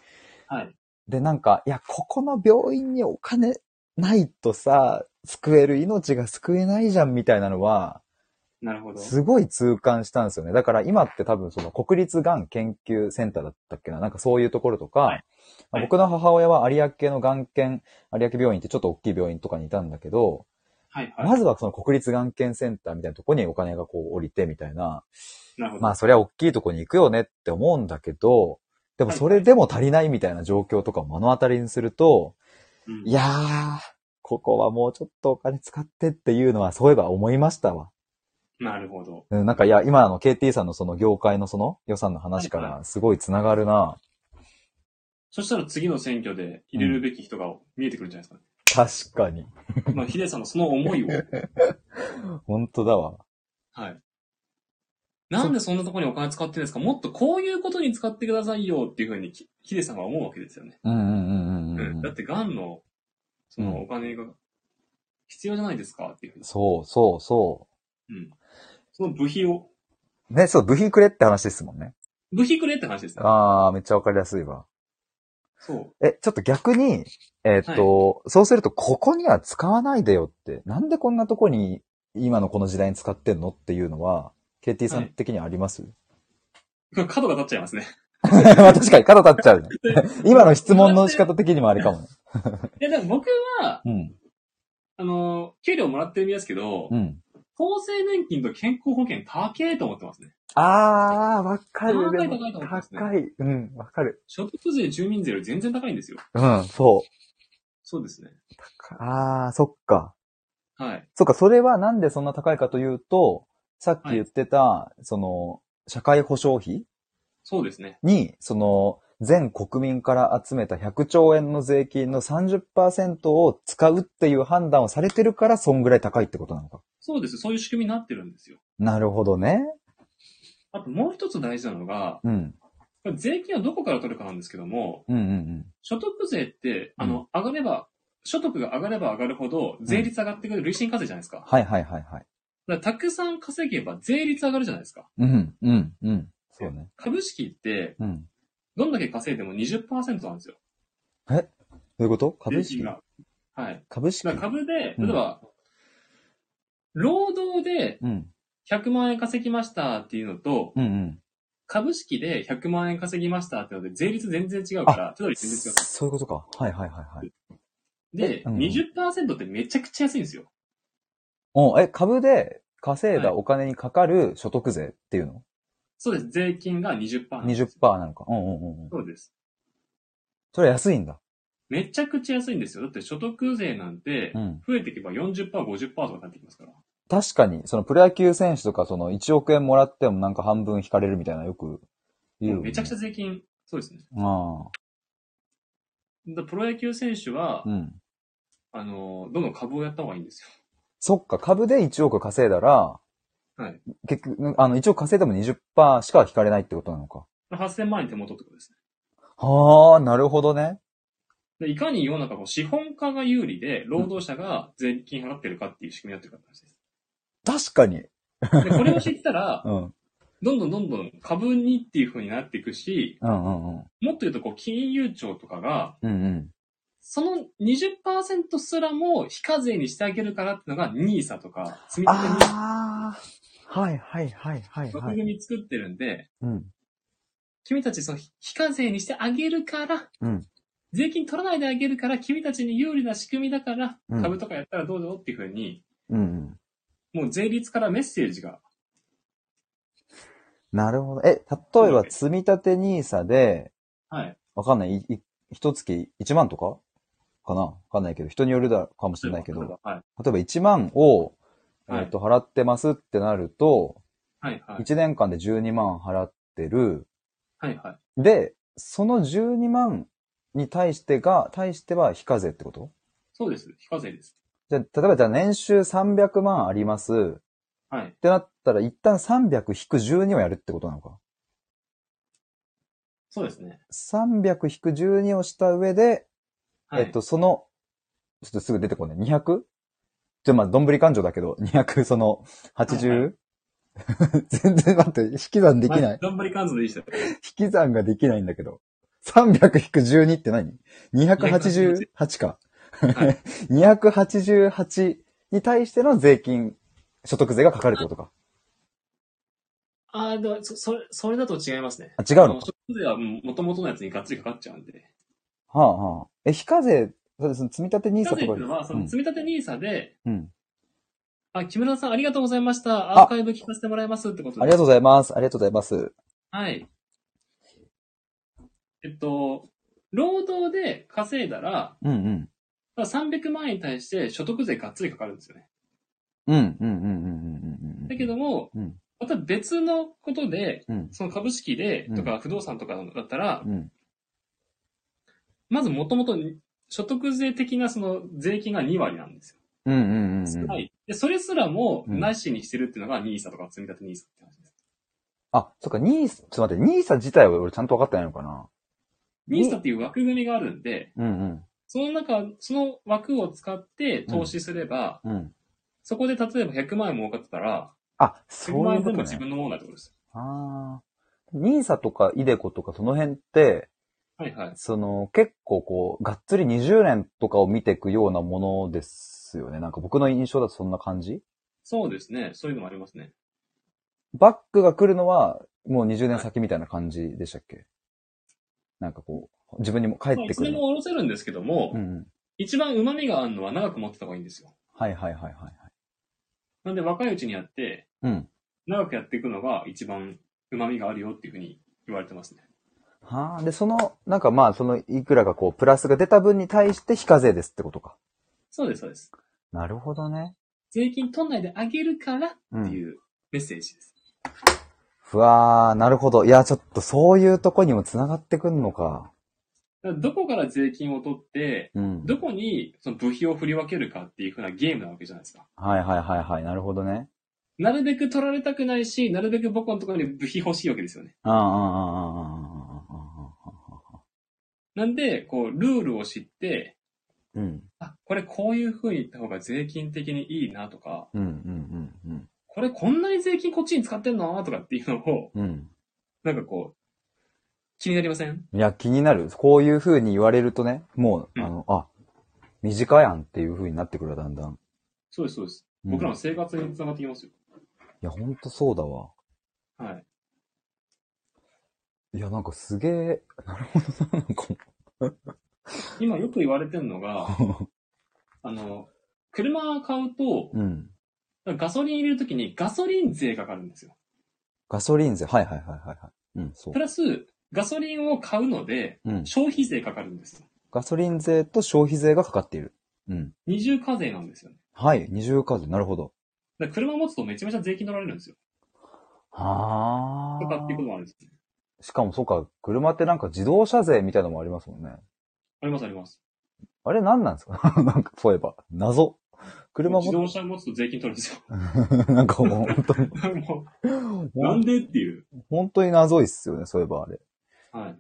[SPEAKER 2] はい。
[SPEAKER 1] で、なんか、いや、ここの病院にお金ないとさ、救える命が救えないじゃんみたいなのは、
[SPEAKER 2] なるほど。
[SPEAKER 1] すごい痛感したんですよね。だから今って多分その国立がん研究センターだったっけななんかそういうところとか、
[SPEAKER 2] はいはい
[SPEAKER 1] 僕の母親は有明のがん研、有明病院ってちょっと大きい病院とかにいたんだけど、
[SPEAKER 2] はいはい。
[SPEAKER 1] まずはその国立がん検センターみたいなとこにお金がこう降りてみたいな、
[SPEAKER 2] なるほど。
[SPEAKER 1] まあそりゃ大きいとこに行くよねって思うんだけど、でもそれでも足りないみたいな状況とかを目の当たりにすると、
[SPEAKER 2] うん
[SPEAKER 1] いやー、ここはもうちょっとお金使ってっていうのはそういえば思いましたわ。
[SPEAKER 2] なるほど。
[SPEAKER 1] うんなんかいや、今あの KT さんのその業界のその予算の話か
[SPEAKER 2] はい
[SPEAKER 1] らすごい繋がるな。
[SPEAKER 2] そしたら次の選挙で入れるべき人が見えてくるんじゃないです
[SPEAKER 1] 確かに。
[SPEAKER 2] かね。まあ、ヒデさんのその思
[SPEAKER 1] (laughs)
[SPEAKER 2] いを。
[SPEAKER 1] 本当だわ。
[SPEAKER 2] はい。なんでそんなところにお金使ってるんですかもっとこういうことに使ってくださいよっていうふうにきヒデさんは思うわけですよね。
[SPEAKER 1] うんうんうんうん
[SPEAKER 2] う。
[SPEAKER 1] うんん。
[SPEAKER 2] だって、ガンの、そ
[SPEAKER 1] うん
[SPEAKER 2] のお金が必要じゃないですかっていうふうに。
[SPEAKER 1] そうそうそ
[SPEAKER 2] うん。その部費を、
[SPEAKER 1] う。ね、そう、部品くれって話ですもんね。
[SPEAKER 2] 部費くれって話ですね。
[SPEAKER 1] あー、めっちゃわかりやすいわ。
[SPEAKER 2] そう。
[SPEAKER 1] え、ちょっと逆に、えーっと、そうすると、ここには使わないでよって、なんでこんなとこに、今のこの時代に使ってんのっていうのは、KT さん的にはあります、 (laughs)
[SPEAKER 2] 角が立っちゃいますね。
[SPEAKER 1] まあ確かに、角立っちゃうね。今の質問の仕方的にもあれかもね。
[SPEAKER 2] いや、でも僕は、
[SPEAKER 1] うん。
[SPEAKER 2] あのー、給料もらってる身ですけど、
[SPEAKER 1] うん。
[SPEAKER 2] 厚生年金と健康保険高えと思ってますね。
[SPEAKER 1] あー、わかる。
[SPEAKER 2] 高い
[SPEAKER 1] でも
[SPEAKER 2] 高いと思いますね
[SPEAKER 1] 高い。うん、わかる。
[SPEAKER 2] 所得税、住民税より全然高いんですよ。
[SPEAKER 1] うん、そう。
[SPEAKER 2] そうですね。
[SPEAKER 1] あー、そっか。
[SPEAKER 2] はい。
[SPEAKER 1] そっか、それはなんでそんな高いかというと、さっき言ってた、その、社会保障費
[SPEAKER 2] そうですね。
[SPEAKER 1] に、その、全国民から集めた100兆円の税金の30%を使うっていう判断をされてるから、そんぐらい高いってことなのか。
[SPEAKER 2] そうです。そういう仕組みになってるんですよ。
[SPEAKER 1] なるほどね。
[SPEAKER 2] あともう一つ大事なのが、
[SPEAKER 1] うん。
[SPEAKER 2] これ税金はどこから取るかなんですけども、
[SPEAKER 1] うんうん
[SPEAKER 2] 所得税って、あの、上がれば、所得が上がれば上がるほど、税率上がってくる累進課税じゃないですか。だか
[SPEAKER 1] はいはいはいはい。
[SPEAKER 2] らたくさん稼げば税率上がるじゃないですか。
[SPEAKER 1] うん、うん、うん。そうね。
[SPEAKER 2] 株式って、
[SPEAKER 1] うん。
[SPEAKER 2] どんだけ稼いでも20%なんですよ。
[SPEAKER 1] どういうこと株
[SPEAKER 2] 利益
[SPEAKER 1] 式
[SPEAKER 2] が。はい。
[SPEAKER 1] 株式
[SPEAKER 2] だから株で、例
[SPEAKER 1] うん
[SPEAKER 2] えば、労働で
[SPEAKER 1] うん。
[SPEAKER 2] 100万円稼ぎましたっていうのと、
[SPEAKER 1] うんうん。
[SPEAKER 2] 株式で100万円稼ぎましたっていうので、税率全然違うから、手取り全然違う。
[SPEAKER 1] そういうことか。はいはいはいはい。
[SPEAKER 2] で、
[SPEAKER 1] うん
[SPEAKER 2] 20%ってめちゃくちゃ安いんですよ。
[SPEAKER 1] おえ、株で稼いだ
[SPEAKER 2] はい
[SPEAKER 1] お金にかかる所得税っていうの、
[SPEAKER 2] そうです。税金が20%なんです。
[SPEAKER 1] ?20% なのか。うんうんうんうん。
[SPEAKER 2] そうです。
[SPEAKER 1] それ安いんだ。
[SPEAKER 2] めちゃくちゃ安いんですよ。だって所得税なんて
[SPEAKER 1] う、ん。
[SPEAKER 2] 増えていけば40%、50%とかになってきますから。
[SPEAKER 1] 確かに、そのプロ野球選手とか、その1億円もらってもなんか半分引かれるみたいなよく言う、
[SPEAKER 2] めちゃくち
[SPEAKER 1] ゃ。
[SPEAKER 2] ゃ税金、そうですね。
[SPEAKER 1] あ
[SPEAKER 2] だプロ野球選手は
[SPEAKER 1] あ。う、ん。
[SPEAKER 2] あの、どんどん株をやった方がいいんですよ。
[SPEAKER 1] そっか、株で1億稼いだら、
[SPEAKER 2] はい
[SPEAKER 1] 結局、あの、1億稼いでも20%しか引かれないってことなのか。
[SPEAKER 2] 8000万円手元ってことです
[SPEAKER 1] はあ、なるほどね。
[SPEAKER 2] ね。でいかに世の中こう資本家が有利で、労働者が税金払ってるかっていう仕組みになってるかって話
[SPEAKER 1] 確かに。
[SPEAKER 2] です。で、これを知っ
[SPEAKER 1] (laughs)
[SPEAKER 2] たら、
[SPEAKER 1] うん。
[SPEAKER 2] どんどんどんどん株にっていう風になっていくし、
[SPEAKER 1] うんうんうん。
[SPEAKER 2] もっと言うとこう、金融庁とかが、
[SPEAKER 1] うんうん。
[SPEAKER 2] その20%すらも非課税にしてあげるからってのが NISA とか、積み立て NISA
[SPEAKER 1] あ。はいはいはいはい
[SPEAKER 2] の枠組み作ってるんで、
[SPEAKER 1] うん。
[SPEAKER 2] 君たちその非非課税にしてあげるから、
[SPEAKER 1] うん
[SPEAKER 2] 税金取らないであげるから、君たちに有利な仕組みだから、
[SPEAKER 1] うん
[SPEAKER 2] 株とかやったらどうぞっていうふうに、
[SPEAKER 1] うんうん。
[SPEAKER 2] もう税率からメッセージが、
[SPEAKER 1] なるほど。え、例えば、積み立て NISA で、
[SPEAKER 2] はい。
[SPEAKER 1] わかんない、いい一月1万とかかなわかんないけど、人によるだかもしれないけど、例え
[SPEAKER 2] はい。
[SPEAKER 1] ば1万を、え
[SPEAKER 2] はい
[SPEAKER 1] っと、払ってますってなると、
[SPEAKER 2] はい、はい。
[SPEAKER 1] 1年間で12万払ってる。
[SPEAKER 2] はい、はい。
[SPEAKER 1] で、その12万に対してが、対しては非課税ってこと
[SPEAKER 2] そうです。非課税です。
[SPEAKER 1] じゃあ、例えばじゃあ年収300万あります。
[SPEAKER 2] はい
[SPEAKER 1] っ。てなったら、一旦300引く12をやるってことなのか。
[SPEAKER 2] そうですね。
[SPEAKER 1] 300引く12をした上で、
[SPEAKER 2] はい。
[SPEAKER 1] えっと、その、ちょっとすぐ出てこない。200? じゃ、まあ、どんぶり勘定だけど、200、その、
[SPEAKER 2] はいは
[SPEAKER 1] 80? (laughs) 全然待って、引き算でき
[SPEAKER 2] ま
[SPEAKER 1] な
[SPEAKER 2] あ
[SPEAKER 1] い。
[SPEAKER 2] 頑張り感想でいいですよ。
[SPEAKER 1] 引き算ができないんだけど。300引く12って何 ?288 か。 (laughs)
[SPEAKER 2] は
[SPEAKER 1] 288に対しての税金、所得税がかかるってことか。
[SPEAKER 2] ああ、でも、そ、それ、それだと違いますね。
[SPEAKER 1] あ、違うのか
[SPEAKER 2] 所得税はもともとのやつにがっつりかかっちゃうんで。
[SPEAKER 1] はあはあ。え、非課税、そうですね、積み立て
[SPEAKER 2] 非
[SPEAKER 1] NISA とか
[SPEAKER 2] 課税っていうのは、その
[SPEAKER 1] うん
[SPEAKER 2] 積み立て NISA で、
[SPEAKER 1] うん。
[SPEAKER 2] あ、木村さんありがとうございました。
[SPEAKER 1] あ
[SPEAKER 2] アーカイブ聞かせてもらいますってことで。
[SPEAKER 1] ありがとうございます。ありがとうございます。
[SPEAKER 2] はい。えっと、労働で稼いだら、
[SPEAKER 1] うんうん。
[SPEAKER 2] まあ300万円に対して所得税がっつりかかるんですよね。
[SPEAKER 1] うんうんうんうんうんうん。
[SPEAKER 2] だけど、も、
[SPEAKER 1] うん
[SPEAKER 2] また別のことで、
[SPEAKER 1] うん。
[SPEAKER 2] その株式で
[SPEAKER 1] うん
[SPEAKER 2] とか不動産とかだったら、
[SPEAKER 1] うん。
[SPEAKER 2] まずもともと所得税的なその税金が2割なんですよ。
[SPEAKER 1] うんうんうんうん。
[SPEAKER 2] 少ない。で、それすらも
[SPEAKER 1] うん
[SPEAKER 2] なしにしてるっていうのが NISA とか積み立て NISA って話です。
[SPEAKER 1] あ、そっか、ニーサ、ちょっと待って、ニーサ自体は俺ちゃんと分かってないのかな
[SPEAKER 2] NISA っていう枠組みがあるんで、
[SPEAKER 1] うん
[SPEAKER 2] その中、その枠を使って投資すれば、
[SPEAKER 1] うん。うん。
[SPEAKER 2] そこで例えば100万円儲かってたら、
[SPEAKER 1] あ、
[SPEAKER 2] 100
[SPEAKER 1] そう
[SPEAKER 2] 万
[SPEAKER 1] いう
[SPEAKER 2] 円
[SPEAKER 1] こ
[SPEAKER 2] 全
[SPEAKER 1] と
[SPEAKER 2] 部
[SPEAKER 1] ね。
[SPEAKER 2] 自分のものだってことです。
[SPEAKER 1] ああ。ニーサとかイデコとかその辺って、
[SPEAKER 2] はいはい。
[SPEAKER 1] その結構こう、がっつり20年とかを見ていくようなものですよね。なんか僕の印象だとそんな感じ
[SPEAKER 2] そうですね。そういうのもありますね。
[SPEAKER 1] バックが来るのは、もう20年先みたいな感じでしたっけなんかこう、自分にも返
[SPEAKER 2] まあ、
[SPEAKER 1] っ
[SPEAKER 2] い
[SPEAKER 1] て
[SPEAKER 2] つ
[SPEAKER 1] く
[SPEAKER 2] で
[SPEAKER 1] る。
[SPEAKER 2] もおろせるんですけども、
[SPEAKER 1] うんうん。
[SPEAKER 2] 一番旨味があるのは長く持ってた方がいいんですよ。
[SPEAKER 1] はいはいはいはいはい。
[SPEAKER 2] なんで若いうちにやって、
[SPEAKER 1] うん。
[SPEAKER 2] 長くやっていくのが一番旨味があるよっていうふうに言われてますね。
[SPEAKER 1] はあ、で、その、なんかまあ、その、いくらかこう、プラスが出た分に対して非課税ですってことか。
[SPEAKER 2] そうです、そうです。
[SPEAKER 1] なるほどね。
[SPEAKER 2] 税金取んないであげるからっていうメッセージです。
[SPEAKER 1] ふわー、なるほど。いや、ちょっとそういうとこにも繋がってくんのか。
[SPEAKER 2] だからどこから税金を取って、
[SPEAKER 1] うん。
[SPEAKER 2] どこにその部費を振り分けるかっていうふうなゲームなわけじゃないですか。
[SPEAKER 1] はいはいはいはい。なるほどね。
[SPEAKER 2] なるべく取られたくないし、なるべく僕のところに部費欲しいわけですよね。
[SPEAKER 1] ああ、ああ、ああ、あ
[SPEAKER 2] なんで、こう、ルールを知って、
[SPEAKER 1] あ、うん。
[SPEAKER 2] あ、これこういう風に言った方が税金的にいいなとか、
[SPEAKER 1] うん、うん、うん、
[SPEAKER 2] これこんなに税金こっちに使ってんのとかっていうのを、 (laughs)
[SPEAKER 1] うん。うん。
[SPEAKER 2] なんかこう、気になりません
[SPEAKER 1] いや、気になる。こういう風に言われるとね、もう、
[SPEAKER 2] うん
[SPEAKER 1] あの、あ、身近やんっていう風になってくるわ、だんだん。
[SPEAKER 2] そうです、そうです。
[SPEAKER 1] うん
[SPEAKER 2] 僕ら
[SPEAKER 1] い
[SPEAKER 2] の生活に繋がってきますよ。
[SPEAKER 1] や、ほんとそうだわ。
[SPEAKER 2] はい。
[SPEAKER 1] いや、なんかすげえ、なるほどな、なんか
[SPEAKER 2] 今よく言われてる
[SPEAKER 1] (laughs)
[SPEAKER 2] のが、あの、車買うと、
[SPEAKER 1] うん。
[SPEAKER 2] ガソリン入れるときにガソリン税かかるんですよ。
[SPEAKER 1] ガソリン税、はいはいはいはいはい。うん、そう
[SPEAKER 2] プ。ラス、ガソリンを買うので、
[SPEAKER 1] うん。
[SPEAKER 2] 消費税かかるんですよ。
[SPEAKER 1] ガソリン税と消費税がかかっている。うん。
[SPEAKER 2] 二重課税なんですよね。
[SPEAKER 1] はい、二重課税、なるほど。
[SPEAKER 2] だから車持つとめちゃめちゃ税金取られるんですよ。
[SPEAKER 1] は
[SPEAKER 2] とかっていうこともあるんですね。
[SPEAKER 1] しかもそうか、車ってなんか自動車税みたいなのもありますもんね。
[SPEAKER 2] ありますあります。
[SPEAKER 1] あれ何なんですか (laughs) なんか、そういえば。謎。車
[SPEAKER 2] 自
[SPEAKER 1] も、
[SPEAKER 2] 動車持つと税金取るんですよ。
[SPEAKER 1] なんかもう本当
[SPEAKER 2] (laughs)
[SPEAKER 1] に、
[SPEAKER 2] もう、なんでっていう。
[SPEAKER 1] 本当に謎いっすよね、そういえばあれ。
[SPEAKER 2] はい。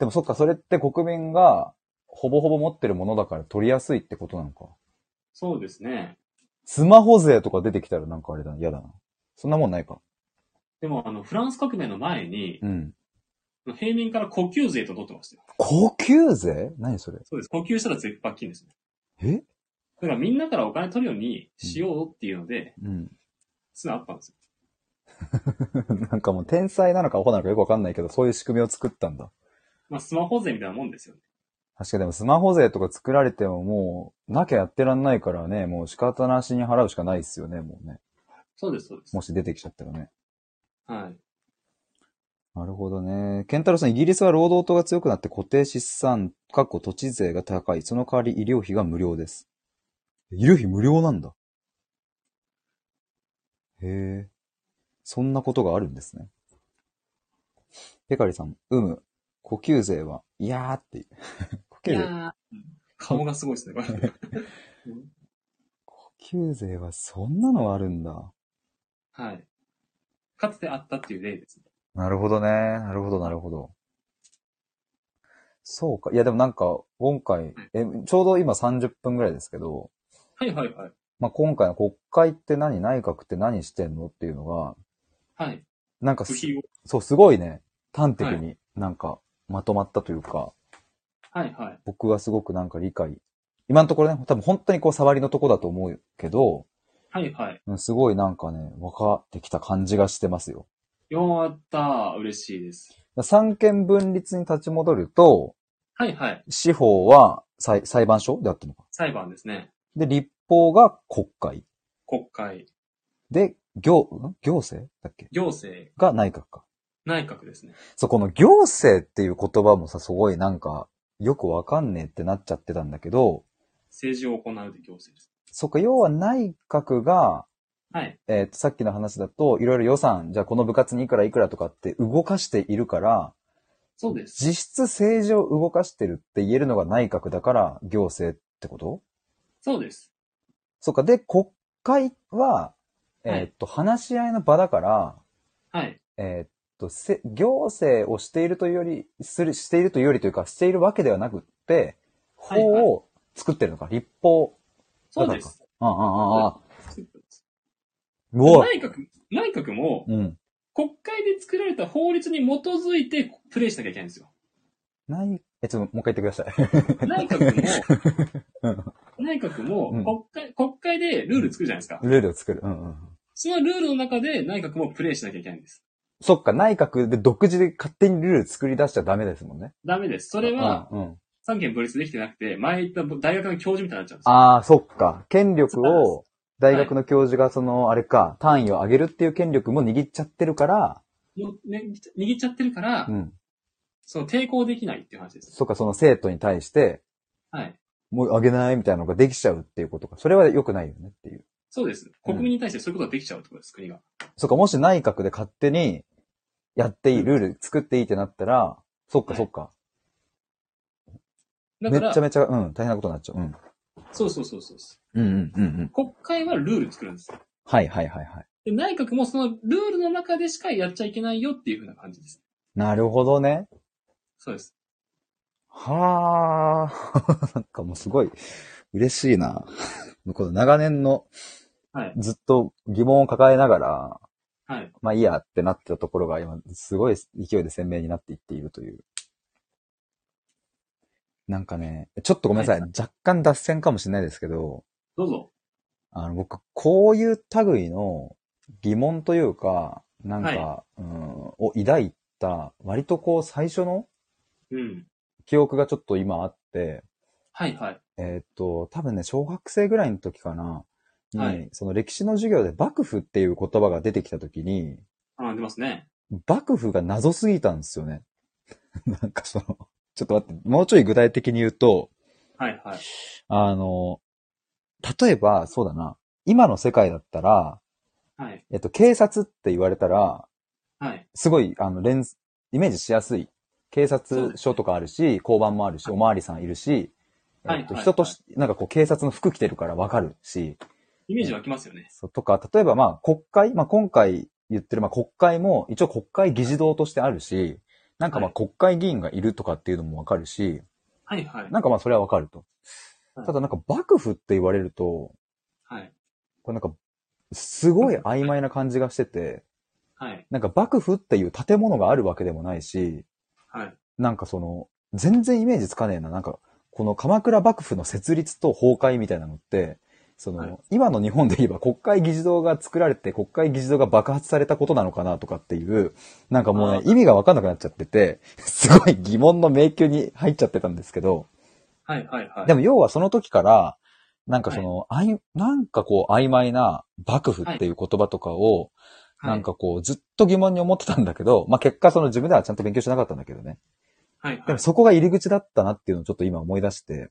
[SPEAKER 1] でもそっか、それって国民が、ほぼほぼ持ってるものだから取りやすいってことなのか。
[SPEAKER 2] そうですね。
[SPEAKER 1] スマホ税とか出てきたらなんかあれだな、嫌だな。そんなもんないか。
[SPEAKER 2] でも、あの、フランス革命の前に、
[SPEAKER 1] うん。
[SPEAKER 2] 平民から呼吸税と取ってましたよ。
[SPEAKER 1] 高級税何それ
[SPEAKER 2] そうです。呼吸したら絶罰金ですね。
[SPEAKER 1] え
[SPEAKER 2] だからみんなからお金取るようにしようっていうので、
[SPEAKER 1] うん。
[SPEAKER 2] すぐあったんですよ。
[SPEAKER 1] なんかもう天才なのかアホなのかよくわかんないけど、そういう仕組みを作ったんだ。
[SPEAKER 2] まあ、スマホ税みたいなもんですよね。
[SPEAKER 1] 確かでもスマホ税とか作られてももう、なきゃやってらんないからね、もう仕方なしに払うしかないっすよね、もうね。
[SPEAKER 2] そうです、そうです。
[SPEAKER 1] もし出てきちゃったらね。
[SPEAKER 2] はい。
[SPEAKER 1] なるほどね。ケンタロウさん、イギリスは労働党が強くなって固定資産、かっこ土地税が高い。その代わり医療費が無料です。医療費無料なんだ。へえ。そんなことがあるんですね。ペカリさん、うむ。呼吸税は、いやーっていう。 (laughs) 呼吸税。
[SPEAKER 2] ー顔がすごいですね、これ。
[SPEAKER 1] 呼吸税はそんなのあるんだ。
[SPEAKER 2] (laughs) はい。かつてあったっていう例ですね。
[SPEAKER 1] なるほどね。なるほど、なるほど。そうか。いや、でもなんか、今回、え、ちょうど今30分ぐらいですけど、
[SPEAKER 2] はいはいはい。
[SPEAKER 1] まあ、今回の国会って何、内閣って何してんのっていうのが、
[SPEAKER 2] はい。
[SPEAKER 1] なんか
[SPEAKER 2] 部
[SPEAKER 1] す、
[SPEAKER 2] 費を。
[SPEAKER 1] そう、すごいね、端的になんかまとまったというか、
[SPEAKER 2] はいはい。
[SPEAKER 1] 僕はすごくなんか理解、今のところね、多分本当にこう触りのとこだと思うけど、
[SPEAKER 2] はいはい。
[SPEAKER 1] うんすごいなんかね、分かってきた感じがしてますよ。
[SPEAKER 2] よーったー。嬉しいです。
[SPEAKER 1] 三権分立に立ち戻ると、
[SPEAKER 2] はいはい。
[SPEAKER 1] 司法は裁裁判所であってるのか。
[SPEAKER 2] 裁判ですね。
[SPEAKER 1] で、立法が国会。
[SPEAKER 2] 国会、
[SPEAKER 1] で、行、ん行政だっけ
[SPEAKER 2] 行政、
[SPEAKER 1] が内閣か。
[SPEAKER 2] 内閣ですね。
[SPEAKER 1] そう、この行政っていう言葉もさ、すごいなんか、よくわかんねえってなっちゃってたんだけど、
[SPEAKER 2] 政治を行うで行政です。
[SPEAKER 1] そっか、要は内閣が、
[SPEAKER 2] はい。
[SPEAKER 1] えっ、と、さっきの話だと、いろいろ予算、じゃあこの部活にいくらいくらとかって動かしているから、
[SPEAKER 2] そうです。
[SPEAKER 1] 実質政治を動かしてるって言えるのが内閣だから、行政ってこと
[SPEAKER 2] そうです。
[SPEAKER 1] そっか、で、国会は、
[SPEAKER 2] い
[SPEAKER 1] えっ、と、話し合いの場だから、
[SPEAKER 2] はい。
[SPEAKER 1] えーっと、せ、行政をしているというより、する、しているというよりというか、しているわけではなくって、
[SPEAKER 2] はい
[SPEAKER 1] 法を作ってるのか、立法。
[SPEAKER 2] そうです。
[SPEAKER 1] うんうんうんうん。うおい
[SPEAKER 2] 内閣、内閣も
[SPEAKER 1] うん。
[SPEAKER 2] 国会で作られた法律に基づいてプレイしなきゃいけないんで
[SPEAKER 1] (laughs)
[SPEAKER 2] すよ。
[SPEAKER 1] ない、え、ちょっともう一回言ってください。 (laughs)
[SPEAKER 2] 内閣
[SPEAKER 1] う
[SPEAKER 2] も、内閣
[SPEAKER 1] うん
[SPEAKER 2] も国会、国会でルール作るじゃないですか。
[SPEAKER 1] ルールを作る。うんうん。
[SPEAKER 2] そのルールの中で内閣もプレイしなきゃいけないんです。
[SPEAKER 1] そっか、内閣で独自で勝手にルール作り出しちゃダメですもんね。
[SPEAKER 2] ダメです。そ
[SPEAKER 1] そ
[SPEAKER 2] れは、
[SPEAKER 1] うんうん。
[SPEAKER 2] 三権分立できてなくて、前言った大学の教授みたいになっちゃうんですよ。
[SPEAKER 1] ああ、そっか。権力
[SPEAKER 2] そ
[SPEAKER 1] を、大学の教授がその、あれか、単位を上げるっていう権力も握っちゃってるから、
[SPEAKER 2] もうね、握っちゃってるから、
[SPEAKER 1] うん。
[SPEAKER 2] その抵抗できないっていう話です。
[SPEAKER 1] そっか、その生徒に対して、
[SPEAKER 2] はい。
[SPEAKER 1] もうあげないみたいなのができちゃうっていうことか。それは良くないよねっていう。
[SPEAKER 2] そうです。国民に対してそういうことができちゃうってことです、国が。
[SPEAKER 1] そっか、もし内閣で勝手にやっていい、ルール作っていいってなったら、そっか
[SPEAKER 2] はい
[SPEAKER 1] そっか。
[SPEAKER 2] だ
[SPEAKER 1] め
[SPEAKER 2] か
[SPEAKER 1] っ
[SPEAKER 2] ら
[SPEAKER 1] ちゃ、めちゃ、うん、大変なことになっちゃう。うん。
[SPEAKER 2] そうそうそうそうです。
[SPEAKER 1] うんうんうんうん。
[SPEAKER 2] 国会はルール作るんですよ。
[SPEAKER 1] はいはいはいはい。
[SPEAKER 2] で、内閣もそのルールの中でしかやっちゃいけないよっていうふうな感じです。
[SPEAKER 1] なるほどね。
[SPEAKER 2] そうです。
[SPEAKER 1] はあ。 (laughs) なんかもうすごい嬉しいな。この長年の
[SPEAKER 2] はい。
[SPEAKER 1] ずっと疑問を抱えながら、
[SPEAKER 2] はい。
[SPEAKER 1] まあいいやってなってたところが今、すごい勢いで鮮明になっていっているという。なんかね、ちょっとごめんなさい。
[SPEAKER 2] は
[SPEAKER 1] 若干脱線かもしれないですけど、
[SPEAKER 2] どうぞ。
[SPEAKER 1] あの、僕、こういう類の疑問というか、なんか、
[SPEAKER 2] は
[SPEAKER 1] うん、を抱いた、割とこう最初の
[SPEAKER 2] うん。
[SPEAKER 1] 記憶がちょっと今あって、
[SPEAKER 2] はいはい。
[SPEAKER 1] えーっと、多分ね、小学生ぐらいの時かな、に、
[SPEAKER 2] はい
[SPEAKER 1] その歴史の授業で幕府っていう言葉が出てきた時に、
[SPEAKER 2] あ、出ますね。
[SPEAKER 1] 幕府が謎すぎたんですよね。 (laughs) なんかその、ちょっと待って、もうちょい具体的に言うと、
[SPEAKER 2] はいはい。
[SPEAKER 1] あの、例えば、そうだな、今の世界だったら、
[SPEAKER 2] はい。
[SPEAKER 1] えっと、警察って言われたら、
[SPEAKER 2] はい。
[SPEAKER 1] すごい、あの、連、イメージしやすい。警察署とかあるし、交番もあるし、おまわりさんいるし、
[SPEAKER 2] はい
[SPEAKER 1] えっと、
[SPEAKER 2] はい
[SPEAKER 1] 人とし、なんかこう、警察の服着てるからわかるし、
[SPEAKER 2] イメージ湧きますよね。
[SPEAKER 1] そうとか、例えばまあ国会、まあ今回言ってるまあ国会も一応国会議事堂としてあるし、なんかまあ
[SPEAKER 2] は
[SPEAKER 1] 国会議員がいるとかっていうのもわかるし、
[SPEAKER 2] はいはい。
[SPEAKER 1] なんかまあそれはわかると。
[SPEAKER 2] はい
[SPEAKER 1] ただなんか幕府って言われると、
[SPEAKER 2] はい。
[SPEAKER 1] これなんかすごい曖昧な感じがしてて、
[SPEAKER 2] はい。
[SPEAKER 1] なんか幕府っていう建物があるわけでもないし、
[SPEAKER 2] はい。
[SPEAKER 1] なんかその、全然イメージつかねえな。なんか、この鎌倉幕府の設立と崩壊みたいなのって、その、
[SPEAKER 2] はい
[SPEAKER 1] 今の日本で言えば国会議事堂が作られて国会議事堂が爆発されたことなのかなとかっていう、なんかもう
[SPEAKER 2] あ
[SPEAKER 1] ね、意味がわかんなくなっちゃってて、すごい疑問の迷宮に入っちゃってたんですけど、
[SPEAKER 2] はいはいはい。
[SPEAKER 1] で
[SPEAKER 2] も、
[SPEAKER 1] も要はその時から、なんかその、あい、なんかこう曖昧な幕府っていう言葉とかを、なん。かこうずっと疑問に思ってたんだけど、まあ結果その自分ではちゃんと勉強しなかったんだけどね。
[SPEAKER 2] はい
[SPEAKER 1] で
[SPEAKER 2] はい
[SPEAKER 1] も。そこが入り口だったなっていうのをちょっと今思い出して。